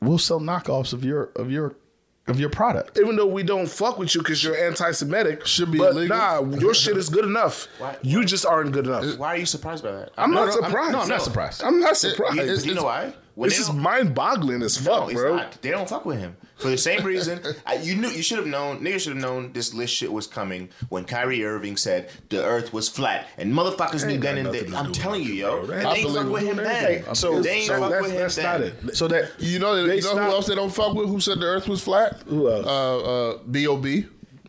we'll sell knockoffs of your of your of your product.
Even though we don't fuck with you because you're anti-Semitic,
Should be
but
illegal.
Nah, your shit is good enough. You just aren't good enough.
Why are you surprised by that?
I'm
Uh, No,
not
no, I'm-
surprised.
no, I'm not surprised.
I'm not
You-
surprised.
you know why? When
this
they
is
don't-
mind-boggling as
No,
fuck,
it's
bro.
not. They don't fuck with him for the same reason. I, you knew you should have known. Niggas should have known this list shit was coming when Kyrie Irving said the Earth was flat and motherfuckers knew
ain't
then
got
and
nothing
there.
to do
I'm telling
with
you,
it,
yo,
bro. That
they
ain't
ain't
got
fuck with him then.
So
they ain't
so
fuck
that's,
with him
that's
then.
not it.
So that
You know,
They
you know
stop-
who else they don't fuck with? Who said the Earth was flat?
Who else?
Uh, uh, Bob.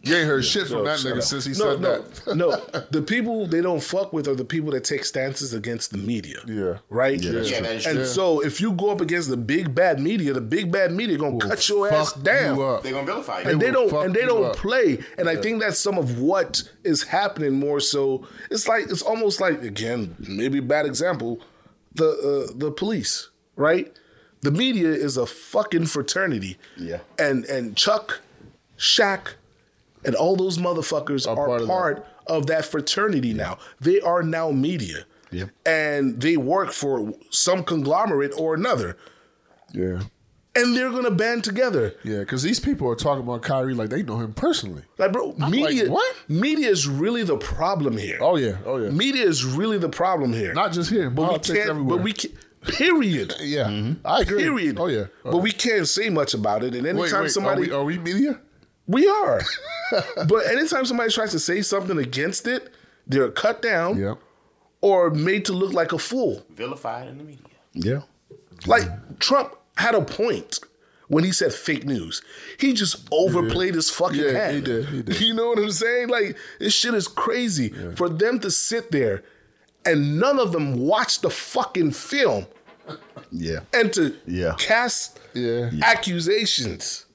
You ain't heard shit from
No,
that
shut
nigga
up.
since he
no,
said
no,
that.
no, the people they don't fuck with are the people that take stances against the media.
Yeah.
Right?
that's Yeah, true. that is
and
true.
so if you go up against the big bad media, the big bad media gonna cut your
Fuck
ass down.
you up.
They're gonna vilify you.
and
They
they
will
don't
fuck
and they
you
don't
up.
play and i think that's some of what is happening more so it's like it's almost like again maybe bad example the uh, the police right the media is a fucking fraternity
Yeah.
and and chuck Shaq, and all those motherfuckers are,
part
part,
of
of,
that.
that fraternity now they are now media
Yep.
and they work for some conglomerate or another
Yeah.
and they're gonna band together
Yeah, because these people are talking about Kyrie like they know him personally.
Like, bro,
I'm
media.
like, what?
Media is really the problem here.
Oh, yeah. Oh, yeah.
Media is really the problem here.
Not just here, but
but we
politics
can't.
everywhere.
But we can Period.
yeah,
Mm-hmm.
I agree.
Period.
Oh, yeah. Oh,
But we can't say much about it. And
yeah. wait,
anytime
wait,
somebody,
Are we, are we media?
we are. but anytime somebody tries to say something against it, they're cut down
Yep.
or made to look like a fool.
Vilified in the media.
yeah.
Like Trump had a point when he said fake news. He just overplayed his fucking
Yeah,
hand.
he did, he did.
You know what I'm saying? Like this shit is crazy for them to sit there and none of them watch the fucking film
Yeah.
and to
Yeah.
cast
Yeah.
accusations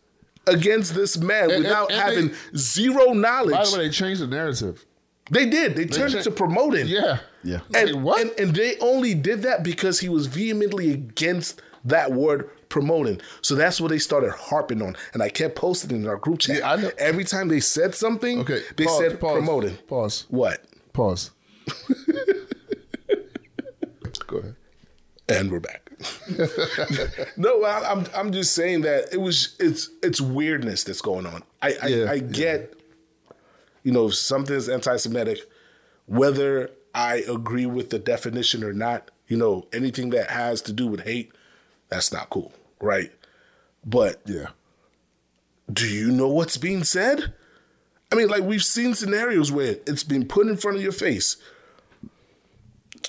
against this man
and-
without
and
having zero
By
knowledge.
the way, they changed the narrative.
they, did. They turned it
changed-
to promoting.
Yeah.
Yeah.
And,
And,
what?
And, and they only did that because he was vehemently against that word promoting. So that's what they started harping on. And I kept posting it in our group chat.
Yeah, I know.
Every time they said something,
okay.
they
pause,
said
pause,
promoting.
Pause.
What?
Pause. Go ahead.
And we're back. no, I, I'm I'm just saying that it was it's it's weirdness that's going on. I I,
Yeah,
I get, you know, if something's anti-Semitic, whether I agree with the definition or not. You know, anything that has to do with hate, that's not cool, right? But
Yeah.
do you know what's being said? I mean, like we've seen scenarios where it's been put in front of your face.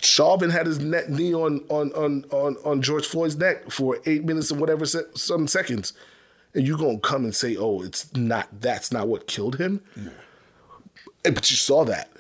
Chauvin had his neck, knee on on on on on George Floyd's neck for eight minutes and whatever se- some seconds, and you gonna come and say, "Oh, it's not that's not what killed him," And- but you saw that.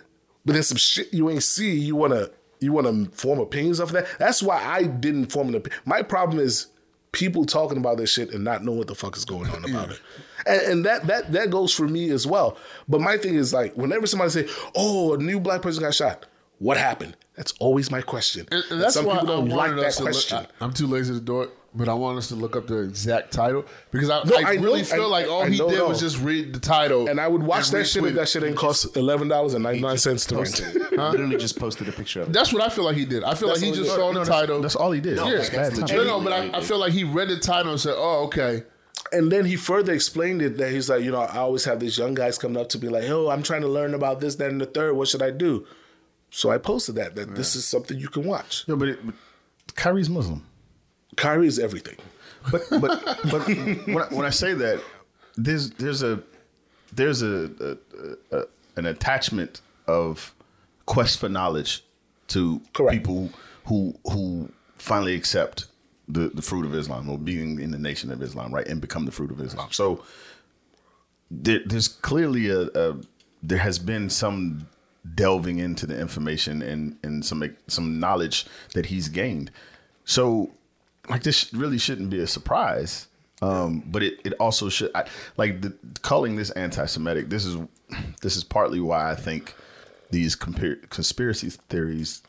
But then some shit you ain't see, you wanna you wanna form opinions off of that. That's why I didn't form an opinion. My problem is people talking about this shit and not knowing what the fuck is going on about it. And, and that that that goes for me as well. But my thing is like whenever somebody say, "Oh, a new black person got shot," what happened? That's always my question.
And, and that's
some
why
people don't
I
like
wanted
that
us to
question.
Look, I, am too lazy to do it, but I want us to look up the exact title because I,
No,
I,
I know-
really
I-
feel like all
I
he
know
did
it all.
was just read the title.
and I would watch
and
that shit
retweet
if that shit didn't cost eleven dollars and ninety nine cents to rent.
Posted. Literally just posted a picture of it.
That's what I feel like he did. I feel
That's
like he
all
just
he did. No,
saw the
that's-
title.
That's all he did.
No,
yeah.
like, that's
No,
legit.
no, but I, I feel like he read the title and said, "Oh, okay."
And then he further explained it that he's like, you know, I always have these young guys coming up to me like, oh, I'm trying to learn about this, that, and the third. What should I do? So I posted that that this is something you can watch.
No, but, it, but Kyrie's Muslim.
Kyrie is everything.
But but but when I, when I say that, there's there's a there's a, a, a an attachment of quest for knowledge to
Correct.
people who who finally accept the, the fruit of Islam or being in the nation of Islam, right, and become the fruit of Islam. So there, there's clearly a, a there has been some delving into the information and and some some knowledge that he's gained. So like this really shouldn't be a surprise. Um, but it, it also should I, like the, calling this anti-Semitic. This is this is partly why I think these compar- conspiracy theories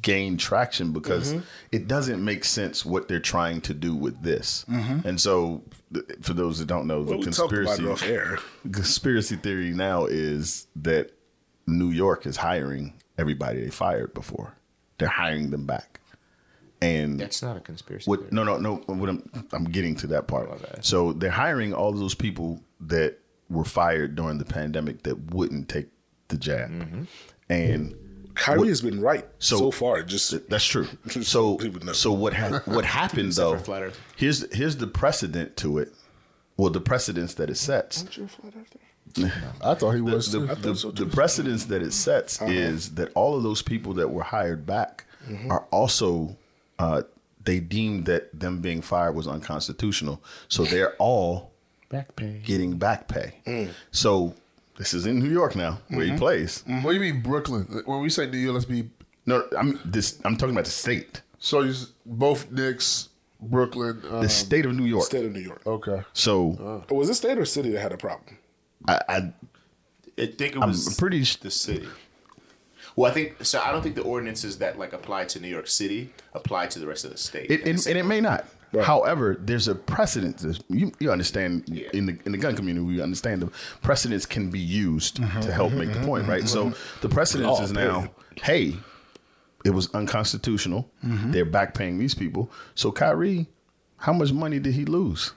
gain traction because
Mm-hmm.
it doesn't make sense what they're trying to do with this. And so, th- for those that don't know, the
Mm-hmm. we talked about
conspiracy
it off air.
conspiracy theory now is that New York is hiring everybody they fired before they're hiring them back. And
That's not a conspiracy.
what?
theory.
No, no, no. What I'm I'm getting to that part.
bad.
So they're hiring all those people that were fired during the pandemic that wouldn't take the jab,
Mm-hmm.
and
Kyrie has been right so,
So-
far. Just
that's true. So
People know.
so what hap- what happened though?
flat earth.
Here's here's the precedent to it. Well, the precedence that it sets.
I thought he was.
the,
too.
the, the precedence that it sets is that all of those people that were hired back are also uh, they deemed that them being fired was unconstitutional so they're all
Back pain.
getting back pay so this is in new york now where he plays
Mm-hmm.
what do you mean Brooklyn? When we say New York, let's be.
no i'm this i'm talking about the state
So you s- both Knicks, Brooklyn. Um,
the state of new york
state Oh. of New York.
okay.
so
Was it state or city that had a problem?
I, I
I think it
i'm
was
pretty s-
the city. Well, I think so. I don't think the ordinances that like apply to New York City apply to the rest of the state.
It, and, and it may not. However, there's a precedent. There's- You, you understand in the in the gun community, we understand the precedents can be used to help make the point, right? So the precedence
Oh,
is now, hey, it was unconstitutional. They're back paying these people. So Kyrie, how much money did he lose?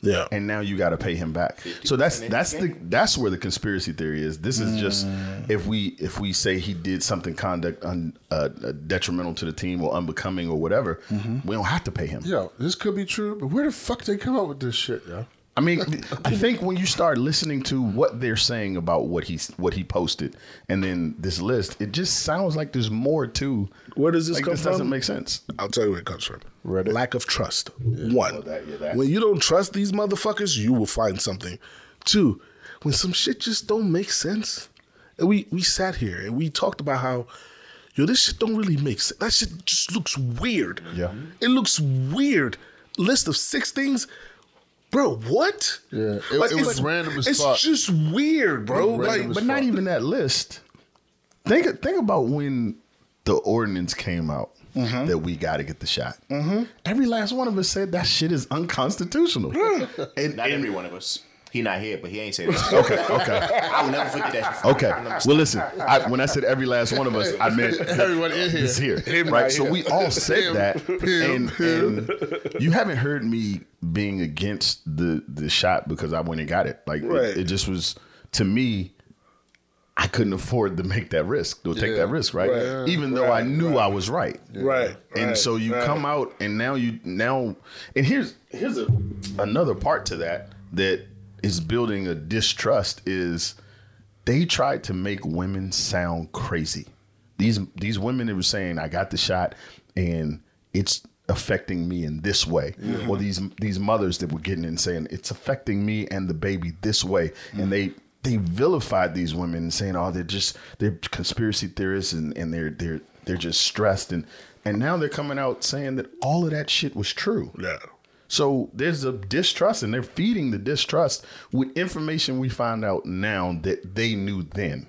Yeah.
and now you got to pay him back. So that's
in
that's
the
the that's where the conspiracy theory is. This is just
Mm.
if we if we say he did something conduct un, uh, uh, detrimental to the team or unbecoming or whatever,
Mm-hmm.
we don't have to pay him.
Yo, this could be true, but where the fuck they come up with this shit, yo?
I mean, I think when you start listening to what they're saying about what he's what he posted and then this list, it just sounds like there's more to
Where does this
like
come
this doesn't
from?
make sense.
I'll tell you where it comes from.
Reddit. Oh,
Lack of trust. One.
Well, that- yeah, that-
When you don't trust these motherfuckers, you will find something. Two. When some shit just don't make sense, and we we sat here and we talked about how, yo, this shit don't really make sense. That shit just looks weird.
Yeah.
It looks weird. List of six things. Bro, what?
Yeah, it- it was
it's-
random as
It's
fuck.
just weird, bro.
It was
Like,
random
But not
fuck.
even that list. Think think about when the ordinance came out that we got to get the shot. Every last one of us said that shit is unconstitutional. and,
not
and-
every one of us. He not here, but he ain't say that. okay, okay. I will never forget that.
okay.
I'll never-
Well, listen. I, when I said every last one of us, I meant
Everyone in here.
It's here,
Him
right?
right
so
here.
we all said
Him,
that,
him,
and, and you haven't heard me being against the the shot because I went and got it. Like it-
Right.
it, just was to me. I couldn't afford to make that risk or take
Yeah.
that risk, right?
Right.
Even though I knew I was right,
Right,
And
right,
so you
right.
come out, and now you now, and here's here's a, another part to that that is building a distrust is they tried to make women sound crazy. These these women that were saying, "I got the shot, and it's affecting me in this way," or these these mothers that were getting in saying, "It's affecting me and the baby this way,"
Mm.
and they they vilified these women, saying, "Oh, they're just they're conspiracy theorists and and they're they're they're just stressed and." And now they're coming out saying that all of that shit was true.
yeah.
So there's a distrust, and they're feeding the distrust with information we find out now that they knew then.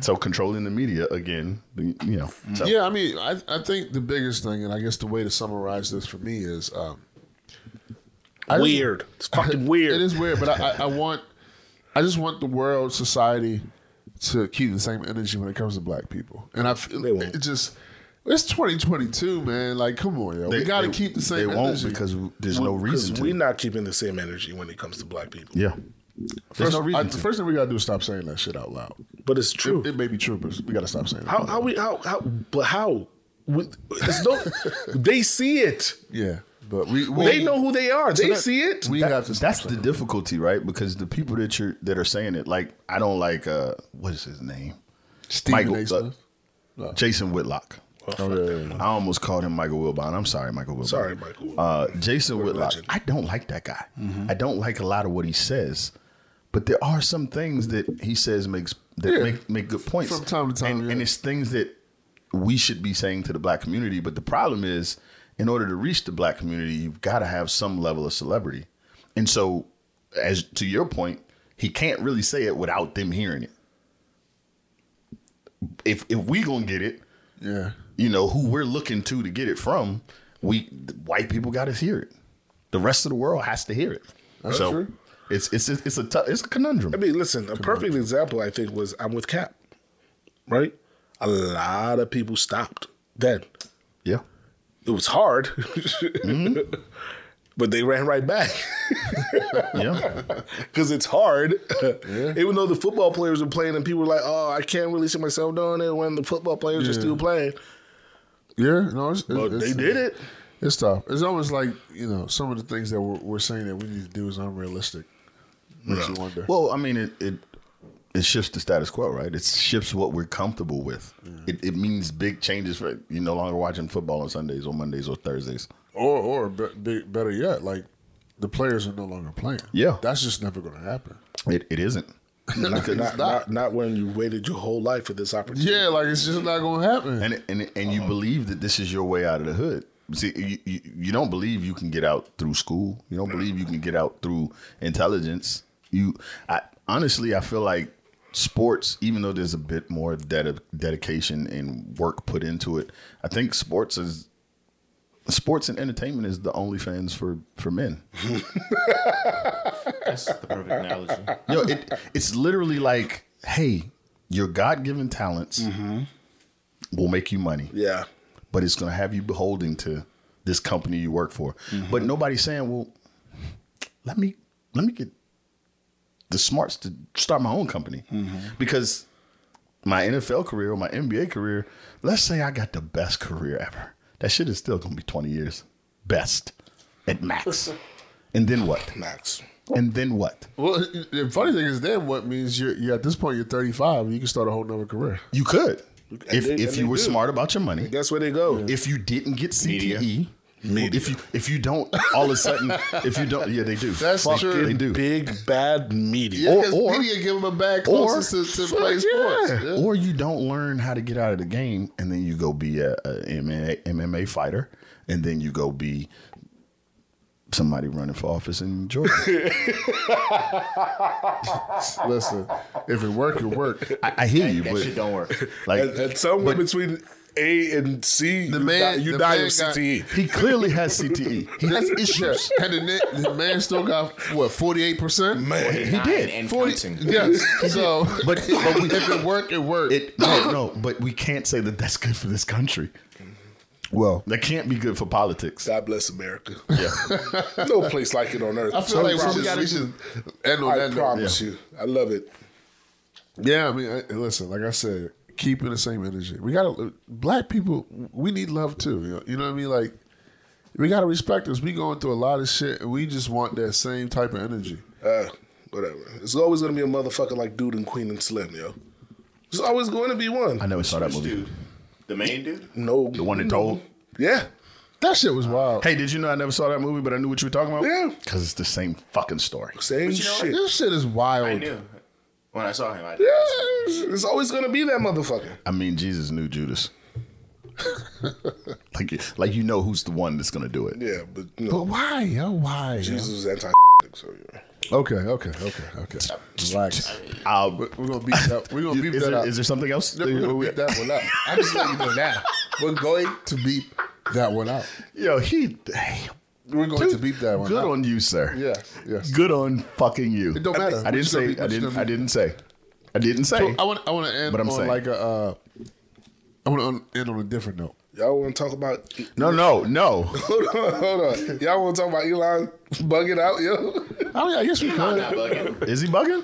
So controlling the media again, you know. So
Mm-hmm. Yeah, I mean, I, I think the biggest thing, and I guess the way to summarize this for me is um, I just-
weird. It's fucking weird.
It is weird, but I, I, I want, I just want the world, society, to keep the same energy when it comes to black people, and I feel
They won't.
it just. It's 2022, man. Like, come on, yo. we
They-
got to
they-
keep the same.
They won't
energy.
because there's no
Because
reason to.
we're not keeping the same energy when it comes to black people.
yeah, there's
First,
no reason.
I-
to.
the first thing we gotta do is stop saying that shit out loud.
But it's true.
It, it may be true, but we gotta stop saying it.
how how we how how but how With- it's no, they see it.
Yeah, but we, we
They know who they are. They
that-
see it.
We
That-
have to. stop
that's
saying
the difficulty, right? Because the people that you're that are saying it, like I don't like uh, what is his name,
it. Stephen
Michael,
A.
uh,
Smith.
Jason Whitlock.
uh,
Oh, yeah, yeah, yeah.
I almost called him Michael Wilbon. I'm sorry, Michael Wilbon.
Sorry, Michael Wilbon.
Uh, Jason Whitlock.
legend.
I don't like that guy. I don't like a lot of what he says, but there are some things that he says makes that
Yeah.
make make good points
From time to time,
and,
yeah.
and it's things that we should be saying to the black community. But the problem is, in order to reach the black community, you've got to have some level of celebrity, and so as to your point, he can't really say it without them hearing it. If if we gonna get it,
Yeah.
you know who we're looking to to get it from we the white people got to hear it the rest of the world has to hear it
That's
so
true.
it's it's it's a tou- it's a conundrum
I mean, listen, a perfect example I think was I'm with Cap. Right? A lot of people stopped then.
Yeah.
It was hard, Mm-hmm. but they ran right back
Yeah.
because it's hard. Even though the football players were playing and people were like, oh, I can't really see myself doing it when the football players are still playing.
Yeah, no, it's, it's,
But they
it's-
did it.
It's tough. It's almost like you know some of the things that we're, we're saying that we need to do is unrealistic. Makes you wonder.
well, I mean, it, it it shifts the status quo, right? It shifts what we're comfortable with. It, it means big changes. For you no longer watching football on Sundays or Mondays or Thursdays.
or or be, be, better yet, like the players are no longer playing.
Yeah.
that's just never going to happen.
It it isn't. Because-
Not, not, not when you waited your whole life for this opportunity.
Yeah, like it's just not going to happen.
and and and you believe that this is your way out of the hood. See, you, you you don't believe you can get out through school. You don't believe you can get out through intelligence. You, I honestly, I feel like sports, even though there's a bit more ded- dedication and work put into it, I think sports is sports and entertainment is the only fans for for men.
That's the perfect analogy.
Yo, it, it's literally like, hey, your God given talents will make you money.
Yeah.
but it's going to have you beholden to this company you work for.
Mm-hmm.
But nobody's saying, "Well, let me let me get the smarts to start my own company,"
Mm-hmm.
because my NFL career or my NBA career. Let's say I got the best career ever. That shit is still going to be twenty years, best at max. and then what?
Max.
And then what?
well, the funny thing is, then what means you're, you're at this point you're 35, you can start a whole nother career.
You could, if
they-
if
and
you
they
were
do.
smart about your money.
That's where they go.
if you didn't get
Media.
CTE, if you if you don't all of a sudden if you don't yeah they do
That's
Fuck,
true.
they do
Big bad Oh, media.
Yeah,
Or-
because
or-
media give them a bad
or
closer to, to
Fuck,
play sports.
yeah.
Yeah.
or you don't learn how to get out of the game and then you go be a, a MMA, MMA fighter and then you go be somebody running for office in Georgia
Listen, if it work, it work.
I, I hear you
That shit
but
don't work.
like
At, at somewhere between A and C,
The
you
man-
die, you
the
die
man
of E.
got-
CTE.
he clearly has CTE he has issues
And the, net- the man still got what forty eight percent.
Man.
Nine
did.
And counting.
Yes. So,
But- but we-
if it work, it work.
It no, no, but we can't say that that's good for this country.
Mm-hmm.
Well, that can't be good for politics.
God bless America. no place like it on earth.
I feel like we
I
should,
promise-
we should end on
I
that note.
promise you. I love it.
Yeah, I mean, I, listen, like I said, keeping the same energy. We gotta black people. We need love too. You know, you know what I mean? Like we gotta respect us. We going through a lot of shit, and we just want that same type of energy.
Uh, whatever. It's always gonna be a motherfucker like Dude and Queen and Slim, yo. There's always going to be
I
one.
never saw that movie. Mm.
Dude, the main dude?
No,
The one that told.
yeah,
That shit was wild.
Hey, did you know I never saw that movie, but I knew what you were talking about?
Yeah.
because it's the same fucking story.
same
you know what?
shit.
this shit is
I
wild.
knew. When I saw him, I
Yeah, it's always gonna be that motherfucker.
I mean, Jesus knew Judas. like, you- like you know who's the one that's gonna do it.
Yeah, but you know,
But why, yo? Why? yo?
Jesus was anti. So yeah.
Okay, okay, okay, okay. Relax.
I'll-
We're gonna beat that. up. We're gonna beat
is,
that
there,
up.
is there something else?
No, we're gonna beat that one out. I'm just letting you know now. We're going to beat that one out.
Yo, he. hey,
We're going to beat that one
Good
out.
on you, sir.
Yes, yes.
Good on fucking you. It
don't matter.
I
We're
didn't
just gonna
say.
beat-
I
we're just
didn't.
gonna
I didn't say. I didn't say.
I want. I want to end
But I'm
on
saying-
like a. Uh, I want to end on a different note.
Y'all want to talk about?
no, no, no.
Hold on, hold on. Y'all want to talk about Elon bugging out, yo?
I, mean, I guess Oh, we
I'm not
could.
bugging.
Is he bugging?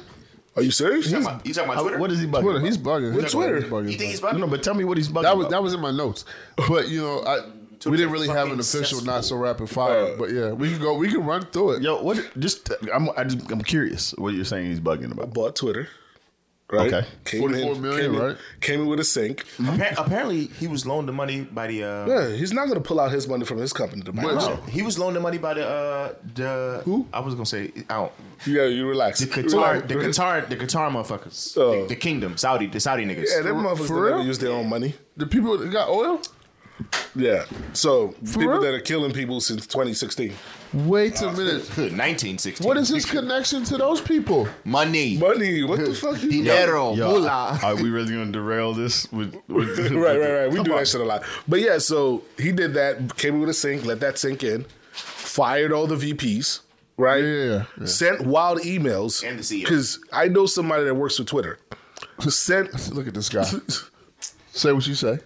Are you serious?
You talking about- You talking about Twitter?
What is he bugging?
Twitter,
about?
he's bugging.
What's
He's bugging.
Twitter?
He's bugging.
You think he's
No,
bugging?
no, but tell me what he's bugging.
that was
about.
that was in my notes, but you know, I we didn't really have an
fucking
official
cesspool.
not so rapid fire. but yeah, we can go. We can run through it.
Yo, what? Just I'm I just, I'm curious what you're saying he's bugging about.
bought Twitter. Right.
Okay.
Came
44 million,
came
right?
Came in with a sink.
Appar- apparently, he was loaned the money by the. Uh,
Yeah, he's not going to pull out his money from his company to buy
But-
it.
no, he was loaned the money by the. Uh, the
Who?
I was gonna say. I don't.
Yeah, you relax.
The Qatar,
Relax.
the Qatar, the Qatar motherfuckers,
Oh.
the, the kingdom, Saudi, the Saudi niggas.
Yeah, them motherfuckers
for
that never
real?
use their own money.
The people that got oil.
Yeah. So people
real?
that are killing people since 2016.
Wait a minute.
1960.
What is his connection to those people?
money?
Money. What the fuck? You
Dinero,
Yo,
moolah.
Are we really gonna derail this? With, with,
right, right, right. We do that shit a lot. But yeah, so he did that. Came in with a sink. Let that sink in. Fired all the VPs. Right.
Yeah, yeah.
Sent wild emails.
And the E CEO.
Because I know somebody that works for Twitter. Sent
Look at this guy. say what you say.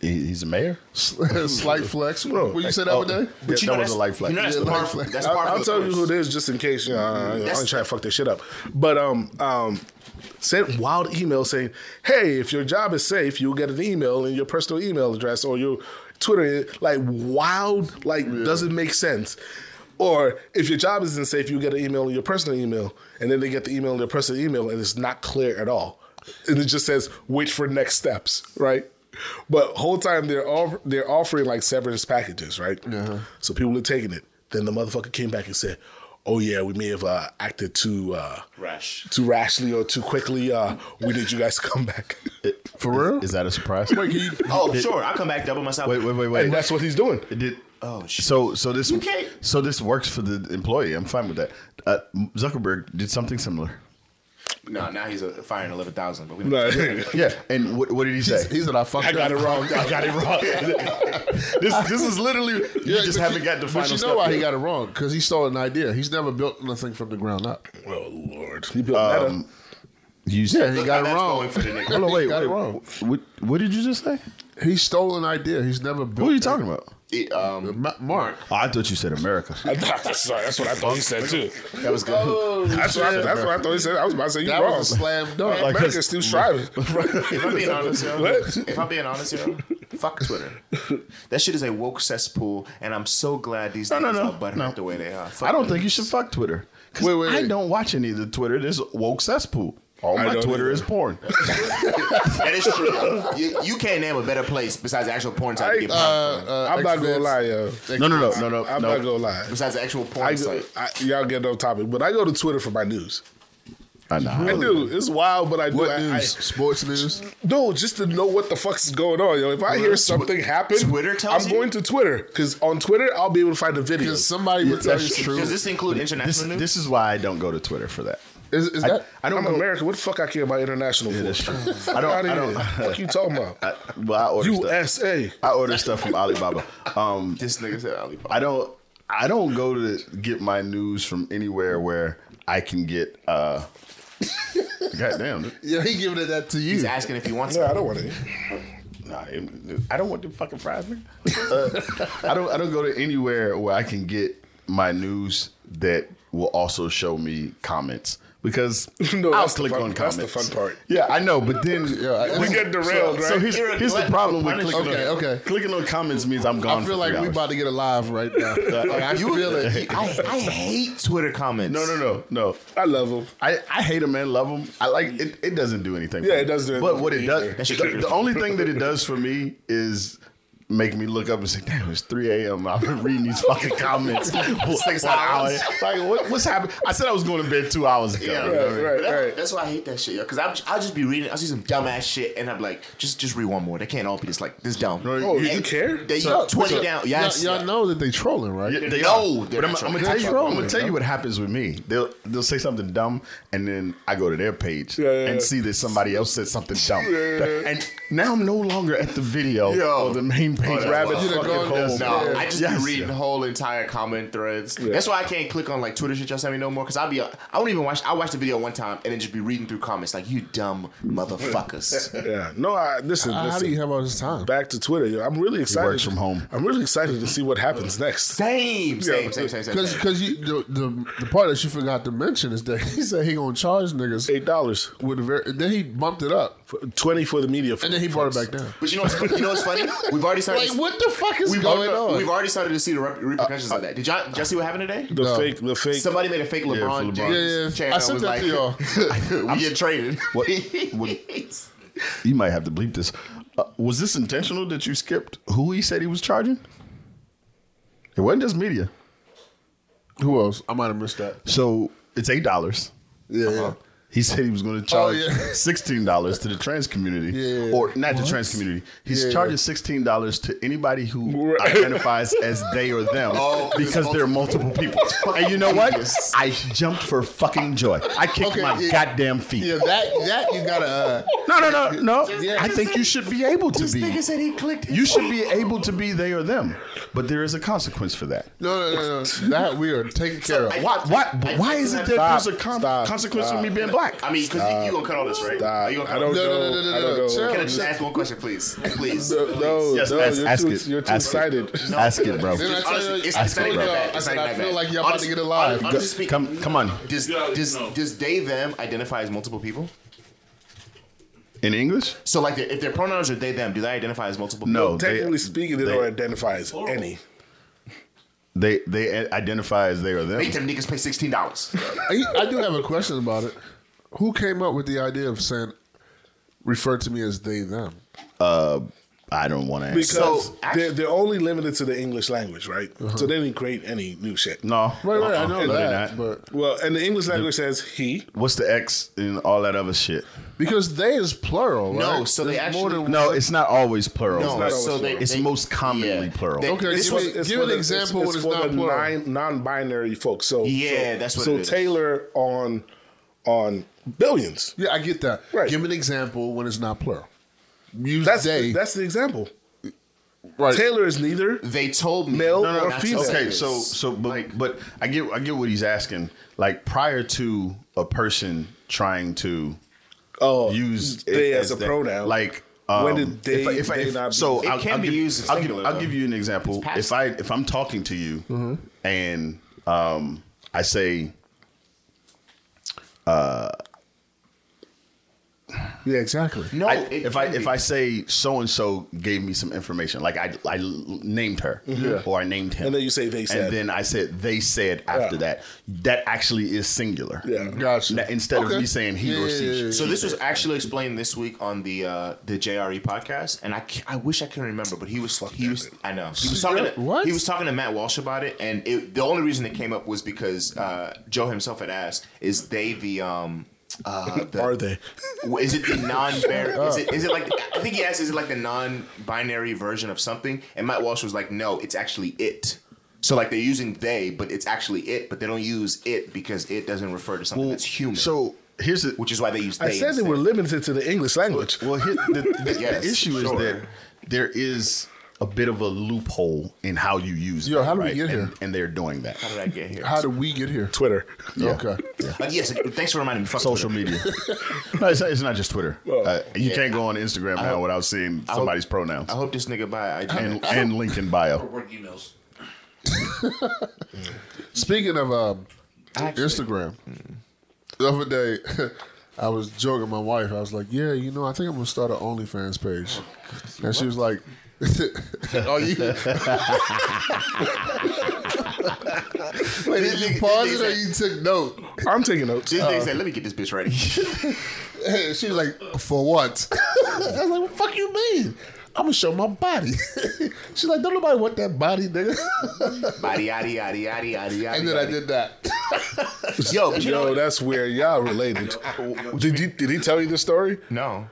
He- He's a mayor.
Slight flex. Bro, Will you say that
Oh,
one day?
But you know
that's-
that's a light flex.
You know that's
Yeah,
par,
light flex.
that's
I'll,
par for
I'll
the
tell you
course.
who it is just in case. You know, I, I
That's-
ain't trying to fuck this shit up. But um, um, send wild email saying, "Hey, if your job is safe, you'll get an email in your personal email address or your Twitter." Like wild, like doesn't make sense. Or if your job isn't safe, you get an email in your personal email, and then they get the email in their personal email, and it's not clear at all. And it just says, "Wait for next steps." Right. But whole time they're off, they're offering like severance packages, right?
Uh-huh.
So people are taking it. Then the motherfucker came back and said, "Oh yeah, we may have uh, acted too uh,
Rash.
too rashly or too quickly. Uh, we need you guys to come back."
For real?
Is that a surprise?
Wait, can you-
Oh, sure. I'll come back double myself.
wait, wait, wait,
and
wait.
that's what he's doing.
Did,
Oh, shit.
so so this
You can't-
so this works for the employee. I'm fine with that. Uh, Zuckerberg did something similar.
No, now he's a firing 11,000. But we
No,
Yeah, and what, what did he say?
He said I fucked
I got it
up.
wrong.
I got it wrong. this this is literally you
Yeah,
just
but
haven't
you-
got the
but
final
you know
step
why
yet.
he got it wrong? Because he stole an idea. He's never built nothing from the ground up.
Oh Lord, he built
Um, you
Yeah,
said
he got it
That's
wrong.
going for the nigga.
Hold on, wait,
He got it
wait,
wrong.
What, what did you just say?
He stole an idea. He's never built.
What are you talking about?
It, um,
Ma- Mark.
Oh, I thought you said America.
Meta. Sorry, that's what I thought he said too.
that was good.
That's what, I, that's what I thought he said. I was about to say you
That
wrong.
was a slam dunk.
Like-
America's still striving.
If I'm being honest, yo,
What?
if I'm being honest, yo, fuck Twitter. That shit is a woke cesspool, and I'm so glad these
No, no,
niggas
no,
are butthurt
no.
the way they are. Fuck
I don't
them.
think you should fuck Twitter. 'Cause
Wait, wait,
I
wait.
don't watch any of the Twitter. This woke cesspool. All
I
my
don't
Twitter
either.
is porn.
that is true. yo. You, you can't name a better place besides the actual porn site. to get
I-
Uh,
porn from.
Uh,
I'm not gonna lie, yo.
no, no, no, no, no.
I'm
no.
not gonna lie.
besides the actual porn
I,
uh,
go,
site.
I y'all get no topic, but I go to Twitter for my news.
I know.
I do. It's wild, but I do.
What
I,
news?
I,
Sports news?
No, just to know what the fuck's going on. Yo, if I hear something happen,
Twitter tells
I'm
you?
going to Twitter because on Twitter I'll be able to find the video.
Because somebody would tell you
that's
the
true.
truth.
Does this include international
This,
news?
this is why I don't go to Twitter for that.
Is, is
I-
that
I, don't
I'm
go.
American. What the fuck I care about international for?
that's true.
Fuck
I don't-
outta
I don't-
here. Fuck you talking about?
I, well, I order stuff.
USA.
I order stuff from Alibaba. Um,
This nigga said Alibaba.
I don't. I don't go to get my news from anywhere where I can get. Uh, goddamn.
yeah, he giving it that to you.
He's asking if he wants
No,
it.
I don't want it.
Nah, I don't want them fucking fries, man. Uh, I don't. I don't go to anywhere where I can get my news that will also show me comments because
No,
I'll
that's the
click
fun-
on
that's
comments.
the fun part.
Yeah, I know, but then yeah,
We get derailed,
So
right?
here's,
You're a
here's the
glutton
problem
for
with clicking.
punishment.
on-
Okay, okay.
Clicking on comments means I'm gone.
I
for
feel like
three
we
hours.
about to get alive right now. Like, I feel it.
I, I hate Twitter comments.
No, no, no, no.
I love them.
I, I hate them and love them. I like it. It doesn't do anything. for
Yeah,
me.
it doesn't do
But
anything
what
for
it
me
does,
either.
That shit
the,
triggers
the
me.
only thing that it does for me is make me look up and say, "Damn, it's 3 a.m. I've been reading these fucking comments for
Six
an hour."
hours.
Like, what, what's happening? I said I was going to bed two hours ago.
Yeah,
You know what I mean?
right,
But that-
right.
That's why I hate that shit, yo. Because I'll, I'll just be reading, I'll see some dumbass shit, and I'm like, just just read one more. They can't all be just like this dumb.
Oh, you
And
care?
They
So-
twenty
so
down. Yes,
y'all, y'all know that they trolling, right?
Yeah, they
No,
are.
they're
But I'm, I'm gonna tell
not trolling.
you.
They're
I'm gonna
trolling,
tell you what happens with me. They'll they'll say something dumb, and then I go to their page
Yeah, yeah, yeah.
and see that somebody else said something dumb, and now I'm no longer at the video or the main page.
that's
Oh, Rabbit
wild.
fucking
You'd've gone
hole.
down
No,
Yeah.
I just
Yes.
be reading whole entire comment threads. That's why I can't click on like Twitter shit y'all send me no more. Cause I'll be, I won't even watch. I watch the video one time and then just be reading through comments like you dumb motherfuckers.
Yeah. No, I listen.
How
listen.
do you have all this time?
Back to Twitter. Yo. I'm really excited.
works from home.
I'm really excited to see what happens next.
same, same, same, same, same.
Because
same.
because you the, the the part that you forgot to mention is that he said he gonna charge niggas
Eight dollars,
with a very. Then he bumped it up
twenty for the media,
and then he brought it back down.
But you know, what's, you know what's funny? We've already started.
Like what the fuck is
we've,
going
already,
on?
we've already started to see the rep- repercussions of that. Did y'all, did y'all see what happened today?
the fake, the fake.
Somebody made a fake LeBron,
LeBron.
James
Yeah, yeah.
channel.
I sent
was
that
like,
to y'all.
we get traded.
What- what- you might have to bleep this. Uh, was this intentional that you skipped who he said he was charging? It wasn't just media.
Who else? I might have missed that.
So it's eight dollars.
Yeah,
Uh-huh.
He said he was going to charge
yeah.
sixteen dollars to the trans community,
Yeah.
or not the trans community. He's
Yeah.
charging sixteen dollars to anybody who
Right.
identifies as they or them,
Oh,
because there are multiple people. And you know what? I jumped for fucking joy. I kicked
Okay,
my
yeah.
goddamn feet.
yeah. yeah. That that you gotta uh,
No, no, no, no.
Yeah.
I think you should be able to be.
said he clicked.
You should be able to be they or them, but there is a consequence for that.
No, no, no, no. That we are taking care of.
Why? Why? But why is it that
Stop,
there's a con-
stop,
consequence
stop.
for me being black?
I mean, because you, you gonna cut all this, right? Are you gonna cut
I
all
don't
this?
No,
know.
no, no, no,
I don't
no,
know.
chill.
Can I just ask one question, please? Please.
No, no,
Yes,
no,
ask-
you're
ask
too,
it.
you're too
Ask it.
excited.
Ask it, bro.
Then I tell
Honestly,
you,
it's-
I
it's
told
not
y'all,
that bad.
I
It's
said,
not
I
that
feel
bad.
like y'all about to
Honestly,
get alive.
I'm just speaking.
Come, come on.
Does, does, does they them identify as multiple people?
In English?
So like, if their pronouns are they them, do they identify as multiple? people?
No.
Technically
They,
speaking, they,
they-
don't identify as any.
they they identify as they or them.
Make them niggas pay sixteen dollars.
I, I do have a question about it. Who came up with the idea of saying, refer to me as they, them?
Uh, I don't want to answer.
Because
So,
they're, they're only limited to the English language, right? So they didn't create any new shit.
no.
Right, right. I
Uh-uh. No,
know
they're
that.
not.
But
Well, and the English language says he.
What's the X and all that other shit?
because they is plural, right?
No, so they
There's more
actually-
than
No, it's not always plural.
No,
not
so
always
they,
plural.
It's
they-
most commonly
yeah.
plural.
They-
Okay,
this
give
was-
me- give an
the-
example when it's
for
not
the
plural.
nine- non-binary folks. So
Yeah,
so,
that's what
So
it is.
Taylor on on billions.
Yeah, I get that.
Right.
Give me an example when it's not plural. Use
That's
they.
that's the example.
right.
Taylor is neither.
they told me
Male or
not to
female.
say
Okay,
this.
so so but but I get I get what he's asking. Like prior to a person trying to
Oh,
use
they
it
as, a
that,
pronoun.
Like um,
When did they-
If, I- if, I-
they
if-
not be-
so
It
I'll,
can
I'll
be
give,
used in
I'll, give,
singular,
I'll
though.
give you an example.
passive.
If I if I'm talking to you
Mm-hmm.
and um, I say
yeah, exactly.
no,
I,
Oh, it
if I
can
if
be.
I say so and so gave me some information, like I, I named her or I named him,
And then you say they said.
and then I said they said after
Yeah.
that, that actually is singular.
Yeah.
Gotcha.
Na- Instead
Okay.
of me saying he or
Yeah,
she.
yeah, yeah, yeah.
So this was actually explained this week on the uh, the JRE podcast, and I, ca- I wish I could remember, but he was he was I know he was talking to,
What?
he was talking to Matt Walsh about it, and it, the only reason it came up was because uh, Joe himself had asked, "Is they the um uh, the,
are they?
is it the non-binary? Is it, is it like I think he asked, is it like the non-binary version of something?" And Matt Walsh was like, "No, it's actually it." So like they're using they, but it's actually it, but they don't use it because it doesn't refer to something that's human.
So here's the
which is why they use. They
I said they
instead.
were limited to the English language.
well here, the, the,
Yes,
the issue
sure.
is that there is a bit of a loophole in how you use.
Yo,
that,
how do we
right?
get here?
And, and they're doing that.
How did I get here?
How did we get here?
Twitter.
Okay.
Uh, yes, thanks for reminding me. Fuck
Social
Twitter.
media. no, it's, it's not just Twitter.
Well,
uh, you can't go on Instagram now without seeing
hope-
somebody's pronouns
I hope this nigga buy IG.
and, and link in bio.
work emails.
Speaking of um, Instagram,
Hmm.
the other day I was joking with my wife. I was like, "Yeah, you know, I think I'm gonna start an OnlyFans page," and she was like. oh, you? Wait, did you pause it or you took note?
I'm taking notes.
This nigga said, "Let me get this bitch ready."
she was like, "For what?" I was like, "What the fuck you mean? I'm gonna show my body." She's like, "Don't nobody want that body, nigga."
Body, yaddy, yaddy, yaddy, yaddy, yaddy.
and then I did that.
Yo, but you know
Yo,
what?
that's weird. Y'all related. Did you, did he tell you the story?
no.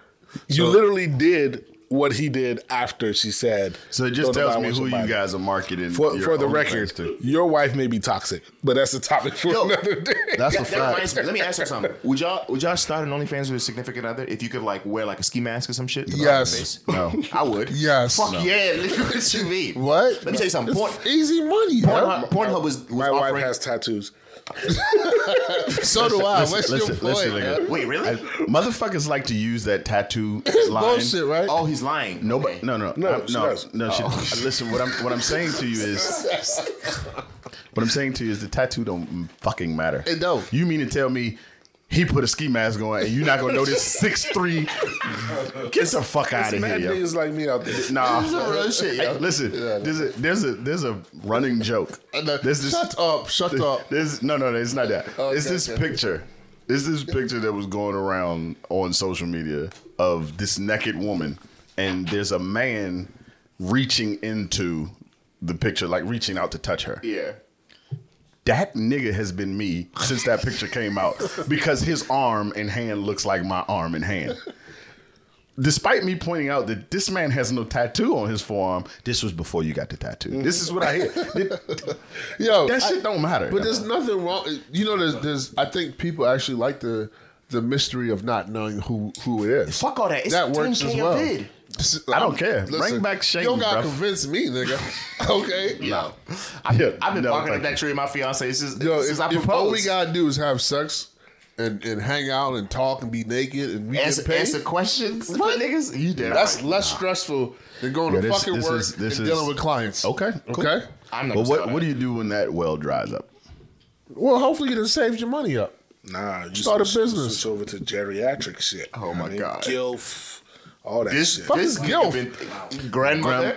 You literally did what he did after she said.
So it just
"Don't
tells
nobody
me
want
who
your
you
body."
guys are marketing.
For,
your
for the
OnlyFans
record,
to.
your wife may be toxic, but that's a topic for another day.
That's a
That reminds
fact.
me. Let me ask you something. Would y'all would y'all start an OnlyFans with a significant other if you could like wear like a ski mask or some shit? to cover
Yes.
your face?
No.
I would.
Yes.
Fuck
No.
yeah. Look what you mean.
What?
Let me tell you something.
It's
Porn,
easy money. yo.
Pornhub, Pornhub was, was
My
offering.
wife has tattoos.
So do I. Ah, What's
Listen, listen,
your point?
listen, nigga.
Wait, really?
I- motherfuckers like to use that tattoo line.
Bullshit, right?
oh, he's lying.
Nobody,
Okay.
no, no,
No,
no,
she
no,
does.
no. She, listen, what I'm what I'm saying to you is, what I'm saying to you is, the tattoo don't fucking matter.
It don't.
You mean to tell me he put a ski mask on and you're not gonna notice six three? Get the fuck out
It's
of here,
mad
yo.
niggas like me out there.
Nah,
This is some real shit, yo.
Hey, listen,
Yeah.
there's a there's a there's a running joke.
No,
There's this-
shut up. Shut up.
There's no, no, no. It's not that.
Oh, Okay,
it's this
okay.
picture. It's this picture that was going around on social media of this naked woman, and there's a man reaching into the picture, like reaching out to touch her.
Yeah.
That nigga has been me since that picture came out because his arm and hand looks like my arm and hand. Despite me pointing out that this man has no tattoo on his forearm, this was before you got the tattoo. This is what I hear. That,
Yo,
that
I-
shit don't matter.
But there's nothing wrong. You know, there's, there's. I think people actually like to the mystery of not knowing who who it is.
Fuck all that. It's
that works
10K
as
a
well.
vid.
I don't care. Bring back Shane,
You don't gotta
bruv.
convince me, nigga. okay.
No.
I've,
I've been walking up that tree with my fiance since,
Yo,
since
if,
I
if all we
proposed.
gotta do is have sex and, and hang out and talk and be naked and we
Answer,
get paid,
answer questions for
What?
niggas. You did.
that's less stressful than going
Yeah,
to
this-
fucking
this
work
is- this
and
is-
dealing with clients.
Okay, cool.
Okay.
I'm not
But
gonna
what
stop
what do
it.
you do when that well dries up?
Well, hopefully it saved you money up.
Nah, you
Start a
switch-
business.
Switch over to geriatric shit. Oh
my God.
Gilf, all that
This,
shit.
this
Fucking
nigga
guilt.
been grandmother.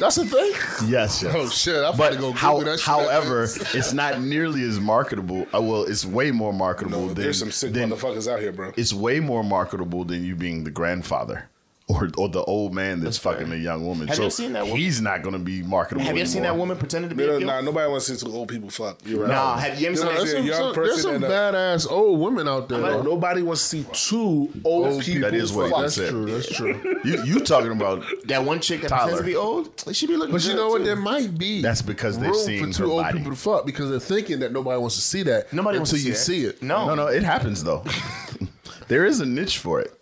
That's the thing.
Yes, yes.
Oh, shit, I'm
but
finna go Google
how,
that shit.
however, it's not nearly as marketable. Uh, well, it's way more marketable than
There's some sick
than-
motherfuckers out here, bro.
It's way more marketable than you being the grandfather or or the old man that's, fucking the young woman.
Have
so
you seen that woman?
he's not going to be marketable.
Have you ever seen that
anymore.
woman pretending to be
No,
a
no, nah,
guilt?
nobody wants to see two old people fuck. You're right.
Nah, have you ever seen
know,
that?
that's-
There's
a
some,
young
some-
person
there's some
and a-
badass old women out there.
Bro,
though.
nobody wants to see two old, people.
Old people.
That is what
Fuck,
they
That's
said.
true. That's true.
You you talking about?
That one chick that
Tyler.
pretends to be old? She be looking
But you
good,
know what?
too.
There might be
That's because they've
room
seen
for
her
two old
body.
people to fuck because they're thinking that nobody wants to see that.
Nobody wants
until
to
you
see
see
that.
it.
No.
No, no, it happens though. there is a niche for it.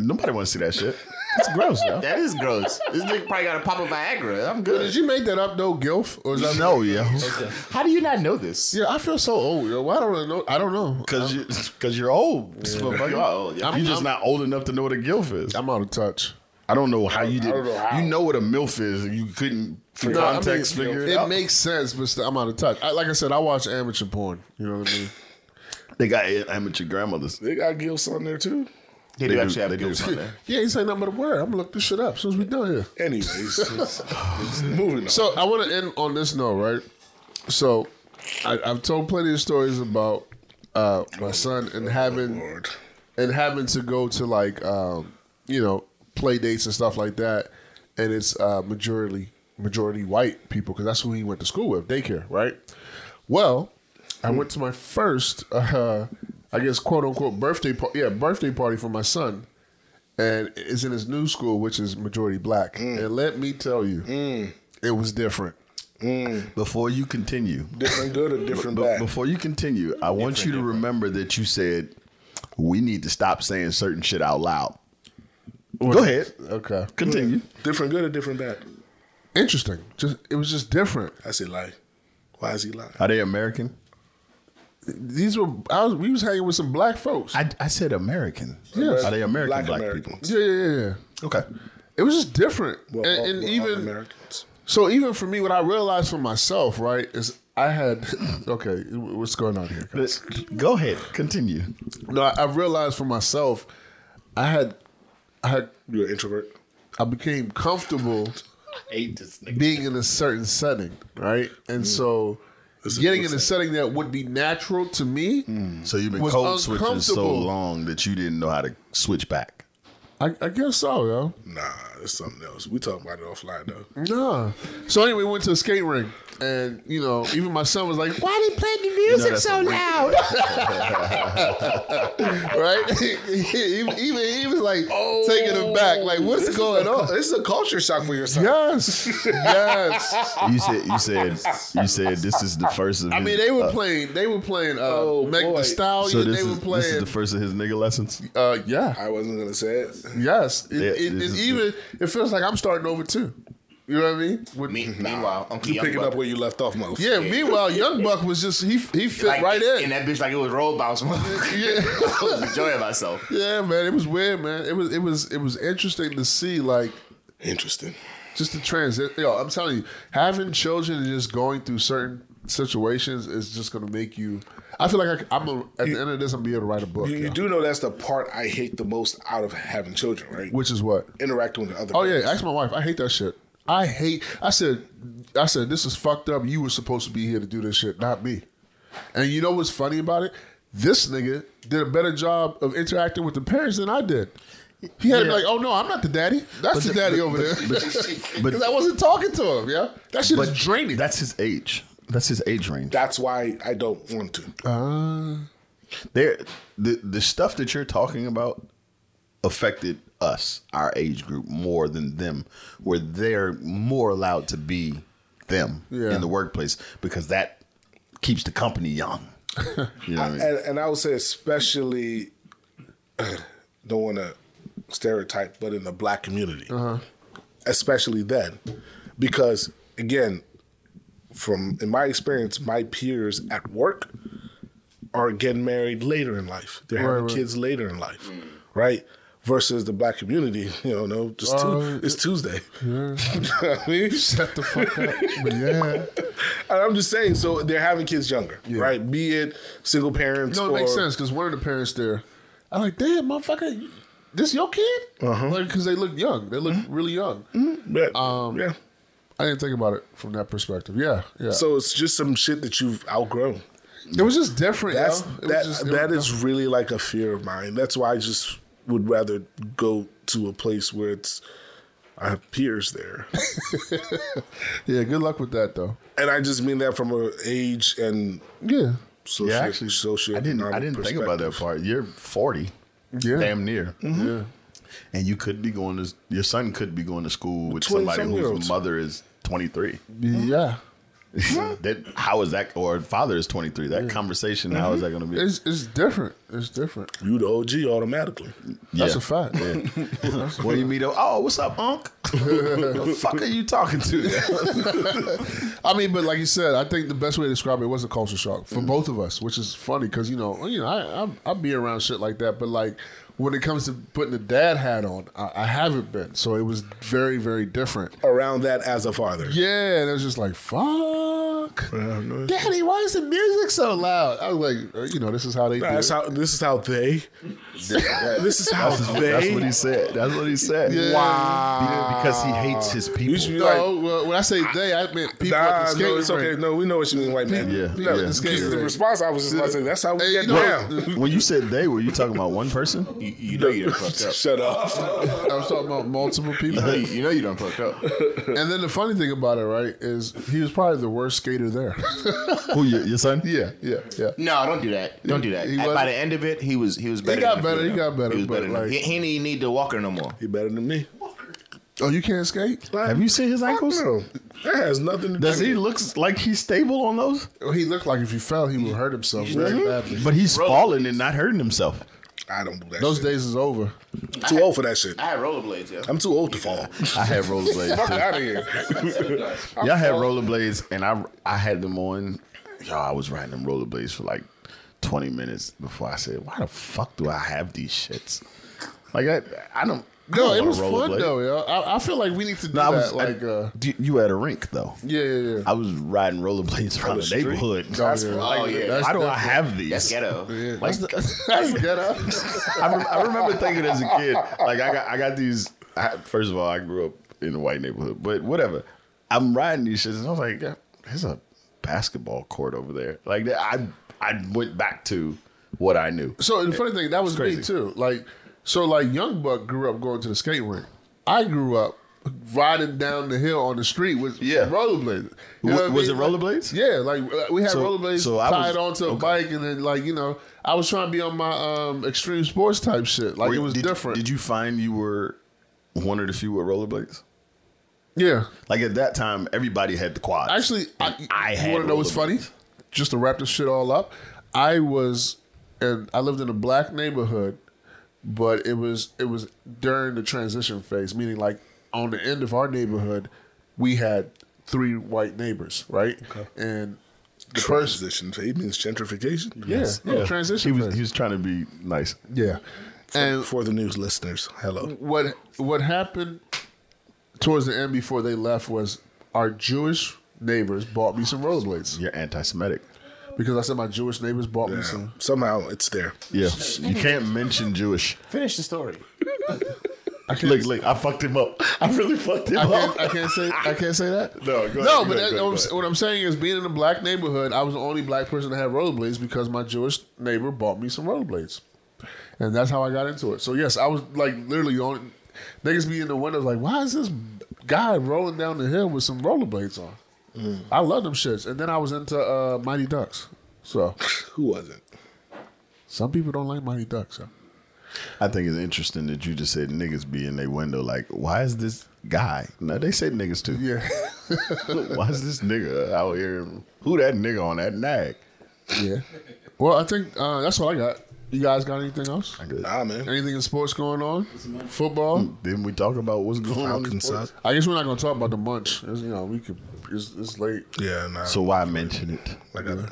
Nobody wants to see that shit. It's gross. yo.
That is gross. this nigga probably got a pop of Viagra. I'm good.
Did you make that up though, Gilf? Or is that
no, yo,
How do you not know this?
Yeah, I feel so old. Yo. Why don't I know? I don't know.
because you because you're old.
Fuck you are old. Yeah.
You're just not old enough to know what a gilf is.
I'm out of touch.
I don't know how you did.
don't know how.
You know what a milf is. and You couldn't for
No, I mean,
context
you know,
figure
it
it, out.
makes sense, but still, I'm out of touch. I, like I said, I watch amateur porn. You know what I mean?
they got amateur grandmothers.
They got Gilfs on there too.
They do actually have guilt on there.
yeah, you say nothing but a word. I'm gonna look this shit up as soon as we done here.
Anyways, moving on.
So I want to end on this note, right? So I, I've told plenty of stories about uh, my son and having
Lord.
and having to go to like um, you know play dates and stuff like that, and it's uh, majority majority white people because that's who he went to school with daycare, right? Well, I went to my first, uh, I guess, quote unquote birthday party. Yeah, birthday party for my son. And it's in his new school, which is majority black.
Mm.
And let me tell you, it was different.
Before you continue,
different good or different
But
bad?
before you continue, I want you to remember that you said we need to stop saying certain shit out loud. Go ahead.
Okay.
Continue.
different good or different bad?
Interesting. Just it was just different.
I say lie. Why is he lying?
Are they American?
These were I was we was hanging with some black folks.
I, I said American.
Yes.
Are they American black,
Black
people?
Americans.
yeah, yeah, yeah, yeah.
Okay.
It was just different.
Well,
and
all-
and
well, all
even
Americans.
So even for me, what I realized for myself, right, is I had okay, what's going on here? guys?
Go ahead. Continue.
No, I, I realized for myself, I had, I had,
You're an introvert.
I became comfortable
Hate this nigga.
being in a certain setting, right, and
Mm.
so getting in a setting that would be natural to me,
So you've been
Was
code switching so
uncomfortable.
long that you didn't know how to switch back.
I, I guess so, yo.
Nah, it's something else. We talk about it offline though.
Nah. So anyway, we went to a skate rink, and you know, even my son was like, "Why they play the
No,
music
that's
so
a weak-
loud?" right? even even he was like taking it back,
Oh,
like, "What's going on?"
Oh, This is a culture shock for your son.
Yes, yes.
You said you said you said this is the first of
Ah,
uh,
I mean, they were playing. They were playing. Uh, Meg
boy.
the Stallion.
oh, so this
they were
is, this is
playing.
the first of his nigga lessons.
uh, yeah.
I wasn't gonna say it.
Yes. It,
Yeah,
it,
this
it
is
even it feels like I'm starting over too. You know what I mean? With-
Me, meanwhile, Uncle
You're
Young
picking
Buck-
up where you left off, motherfucker.
yeah. Meanwhile, Young Buck was just he he fit
like,
right in.
And that bitch like it was roll bounce. I
yeah.
was enjoying myself.
yeah, man. It was weird, man. It was it was it was interesting to see like
Interesting.
just the transit. Yo, I'm telling you, having children and just going through certain situations is just gonna make you. I feel like I, am a, at the end of this, I'm gonna be able to write a book.
You, you
yo.
do know that's the part I hate the most out of having children, right?
which is what?
Interacting with other.
Oh yeah,
parents.
ask my wife. I hate that shit. I hate. I said, I said this is fucked up. You were supposed to be here to do this shit, not me. And you know what's funny about it? This nigga did a better job of interacting with the parents than I did. He had to be
Yeah.
like, "Oh no, I'm not the daddy. That's the,
the-
daddy
but-
over
but-
there,"
but-
because I wasn't talking to him. Yeah, that shit is draining.
That's his age. That's his age range.
That's why I don't want to.
There, the the stuff that you're talking about affected us, our age group, more than them, where they're more allowed to be them
Yeah.
in the workplace because that keeps the company young. You know what I mean?
and, and I would say especially don't want to stereotype, but in the black community,
Uh-huh.
especially then, because again, from in my experience, my peers at work are getting married later in life. They're having
right.
kids later in life, right? Versus the black community, you know, no, just Tu-
Oh,
it's Tuesday. You know what I mean?
Shut the fuck up. yeah.
And I'm just saying, so they're having kids younger, right? Be it single parents.
No, it
or,
makes sense because one of the parents there, I'm like, damn, motherfucker, you- this your kid? Uh-huh. Like, because they look young. They look
Mm-hmm.
really young.
But,
Um,
yeah.
I didn't think about it from that perspective. Yeah, yeah. So
So it's just some shit that you've outgrown.
it was just different.
That's
yo. It was
that.
just- it
that
was
is really like a fear of mine. That's why I just would rather go to a place where it's I have peers there,
different. Yeah. Good luck with that though.
and I just mean that from a age and
Yeah.
social.
Yeah, actually,
social.
I didn't. I didn't think about that part. You're 40,
Yeah.
damn near,
Yeah.
Mm-hmm. and you could be going to your son could be going to school with somebody whose
20-something-year-olds.
mother is 23.
Mm-hmm.
Yeah.
that how is that? Or father is 23. That conversation. How is that going to be?
It's it's different. It's different.
You the OG automatically.
That's
Yeah.
a fact.
What do you meet up? Oh, what's up, Unc? the fuck are you talking to?
I mean, but like you said, I think the best way to describe it was a culture shock
Mm-hmm.
for both of us, which is funny because you know, you know, I, I I be around shit like that, but like when it comes to putting the dad hat on, I, I haven't been, so it was very very different.
Around that as a father.
Yeah, and it was just like fuck,
Yeah, no, it's-
daddy, why is the music so loud? I was like, uh, you know, this is how they do. it.
That's how. This is how they. this is how they.
That's what he said. That's what he said.
Yeah.
Wow.
Because he hates his people.
should be
No, well, when I say they, I meant people at
Nah,
the skating
no, it's
rink.
okay. No, we know what you mean, white man.
Yeah,
No,
yeah.
just the
Skating rink.
response I was just about to say, that's how we
Hey,
get
you know-
down.
when you said they, were you talking about one person?
You, you know you done fucked up.
Shut up.
I was talking about multiple people.
You know you, you know you done fucked up.
And then the funny thing about it, right, is he was probably the worst skater there.
Who your, your son?
yeah, yeah, yeah.
No, don't do that. Don't do that.
He
By
wasn't-
the end of it, he was he was better.
got
than
better, he
Fielder.
got better,
He was
but
better. than-
like-
he, he didn't need the walker no more.
He better than me.
Oh, you can't skate?
Have you seen his ankles?
No, that has nothing to
Does
do
he looks like he's stable on those?
Well, he looked like if he fell, he would hurt himself very badly.
But he's falling and not hurting himself.
I don't do that
Those
shit.
days is over.
I'm too old for that shit.
I had rollerblades, yeah.
I'm too old to fall.
I had rollerblades.
Fuck out of here.
Y'all had rollerblades, and I I had them on. Yo, I was riding them rollerblades for like twenty minutes before I said, "Why the fuck do I have these shits?" Like I I don't. I
No,
don't want
it
a
was fun
rollerblade.
though, yo. I, I feel like we need to do
No, I
that.
was
like,
I,
uh,
d- you were at a rink though.
yeah, yeah, yeah.
I was riding rollerblades around the,
street?
neighborhood.
That's
yeah.
Oh, yeah.
That's
Why do I
different.
have these?
That's ghetto.
Like,
That's ghetto.
I, rem- I remember thinking as a kid, like I got I got these. I, first of all, I grew up in a white neighborhood, but whatever. I'm riding these shits, and I was like, yeah, "There's a basketball court over there." Like that- I I went back to what I knew.
So the funny thing that was me
crazy.
too. Like so, like young buck grew up going to the skate rink. I grew up riding down the hill on the street with
Yeah.
rollerblades. You
Wa-
know what I
was
mean?
it rollerblades?
Yeah, like uh, we had
So-
rollerblades
so I
tied
was-
onto a
okay.
bike, and then like you know, I was trying to be on my um extreme sports type shit. Like
Were
it
you-
was
did,
different.
Did you find you were one of the few with rollerblades?
yeah,
Like at that time, everybody had the quads.
actually, I,
And I had
You want to know what's
rollerblades.
funny? Just to wrap this shit all up, I was, and I lived in a black neighborhood, but it was it was during the transition phase, meaning like on the end of our neighborhood, we had three white neighbors, right? And the first,
Transition. It means gentrification.
yeah, yeah,
he
transition
was he
phase,
was trying to be nice.
yeah, and
For the news listeners, hello.
what what happened towards the end before they left was our Jewish neighbors bought me some rollerblades
You're anti-Semitic.
because I said my Jewish neighbors bought me some.
Somehow it's there.
Yeah, you can't mention Jewish.
Finish the story.
I can't,
Look, look, I fucked him up. I really fucked him
I
up.
can't, I can't say I can't say that.
No, go
no.
ahead, go ahead,
but that-
go
what,
ahead.
I'm, what I'm saying is, being in a black neighborhood, I was the only black person that had rollerblades because my Jewish neighbor bought me some rollerblades, and that's how I got into it. So yes, I was like literally the only niggas be in the windows like, why is this guy rolling down the hill with some rollerblades on?
Mm.
I love them shits. And then I was into uh, Mighty Ducks. So
Who wasn't?
some people don't like Mighty Ducks. Huh?
I think it's interesting that you just said niggas be in their window. Like, why is this guy? No, they say niggas too.
Yeah,
why is this nigga out here? Who that nigga on that nag?
yeah. Well, I think uh, that's what I got. You guys got anything else?
Nah, man.
Anything in sports going on? Football?
Then we talk about what's going on. in
Falcons
sports.
suck.
I guess we're not going to talk about the munch. It's, you know, we could. It's, it's late.
Yeah, nah.
So why mention it?
I gotta,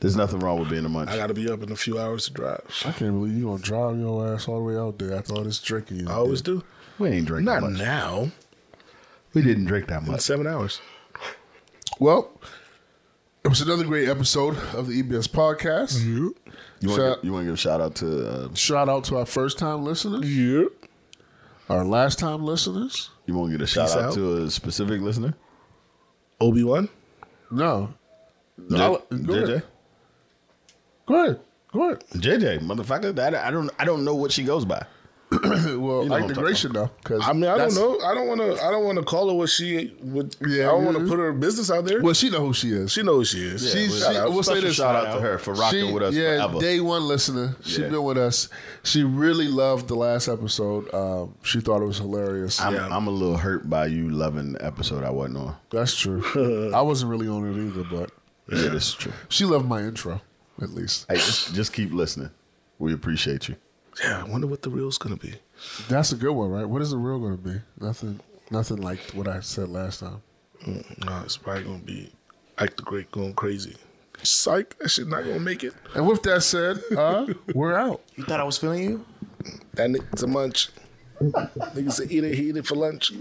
There's nothing wrong with being a munch.
I gotta be up in a few hours to drive.
I can't believe you gonna drive your ass all the way out there after all this drinking. You
I always do.
we ain't drinking
Not
much.
now.
We didn't drink that
In
much.
seven hours.
Well, it was another great episode of the EBS podcast.
You
Shout-
want to give a shout out to uh,
Shout out to our first time listeners,
Yeah.
our last time listeners.
you want to give a shout out,
out.
to a specific listener?
Obi Wan.
No, I- go
JJ,
ahead. go ahead, go ahead.
JJ, motherfucker. That I don't I don't know what she goes by.
well,
know
I
what I'm
like the
talking
Gratian though, because
I mean, I don't know. I don't want to. I don't want to call her what she would.
Yeah,
I don't want
yeah.
to put her business out there.
Well, she know who she is.
She knows who she is.
She-
She's
she-
shout out.
we'll say
Special
this.
shout out to her for rocking
She-
with us
yeah,
forever.
day one listener. She's
Yeah.
been with us. She really loved the last episode. Um, she thought it was hilarious.
I'm,
Yeah.
I'm a little hurt by you loving the episode I wasn't on.
That's true. I wasn't really on it either, but
Yeah, that's true.
she loved my intro at least.
Hey, just, just keep listening. We appreciate you.
Yeah, I wonder what the reel's gonna be.
That's a good one, right? What is the real going to be? Nothing, nothing like what I said last time.
Mm, No, it's probably gonna be Ike the Great going crazy. Psych, that shit not gonna make it.
And with that said, uh, we're out.
You thought I was feeling you?
That nigga's a munch. Niggas a eat it, he eat it for lunch.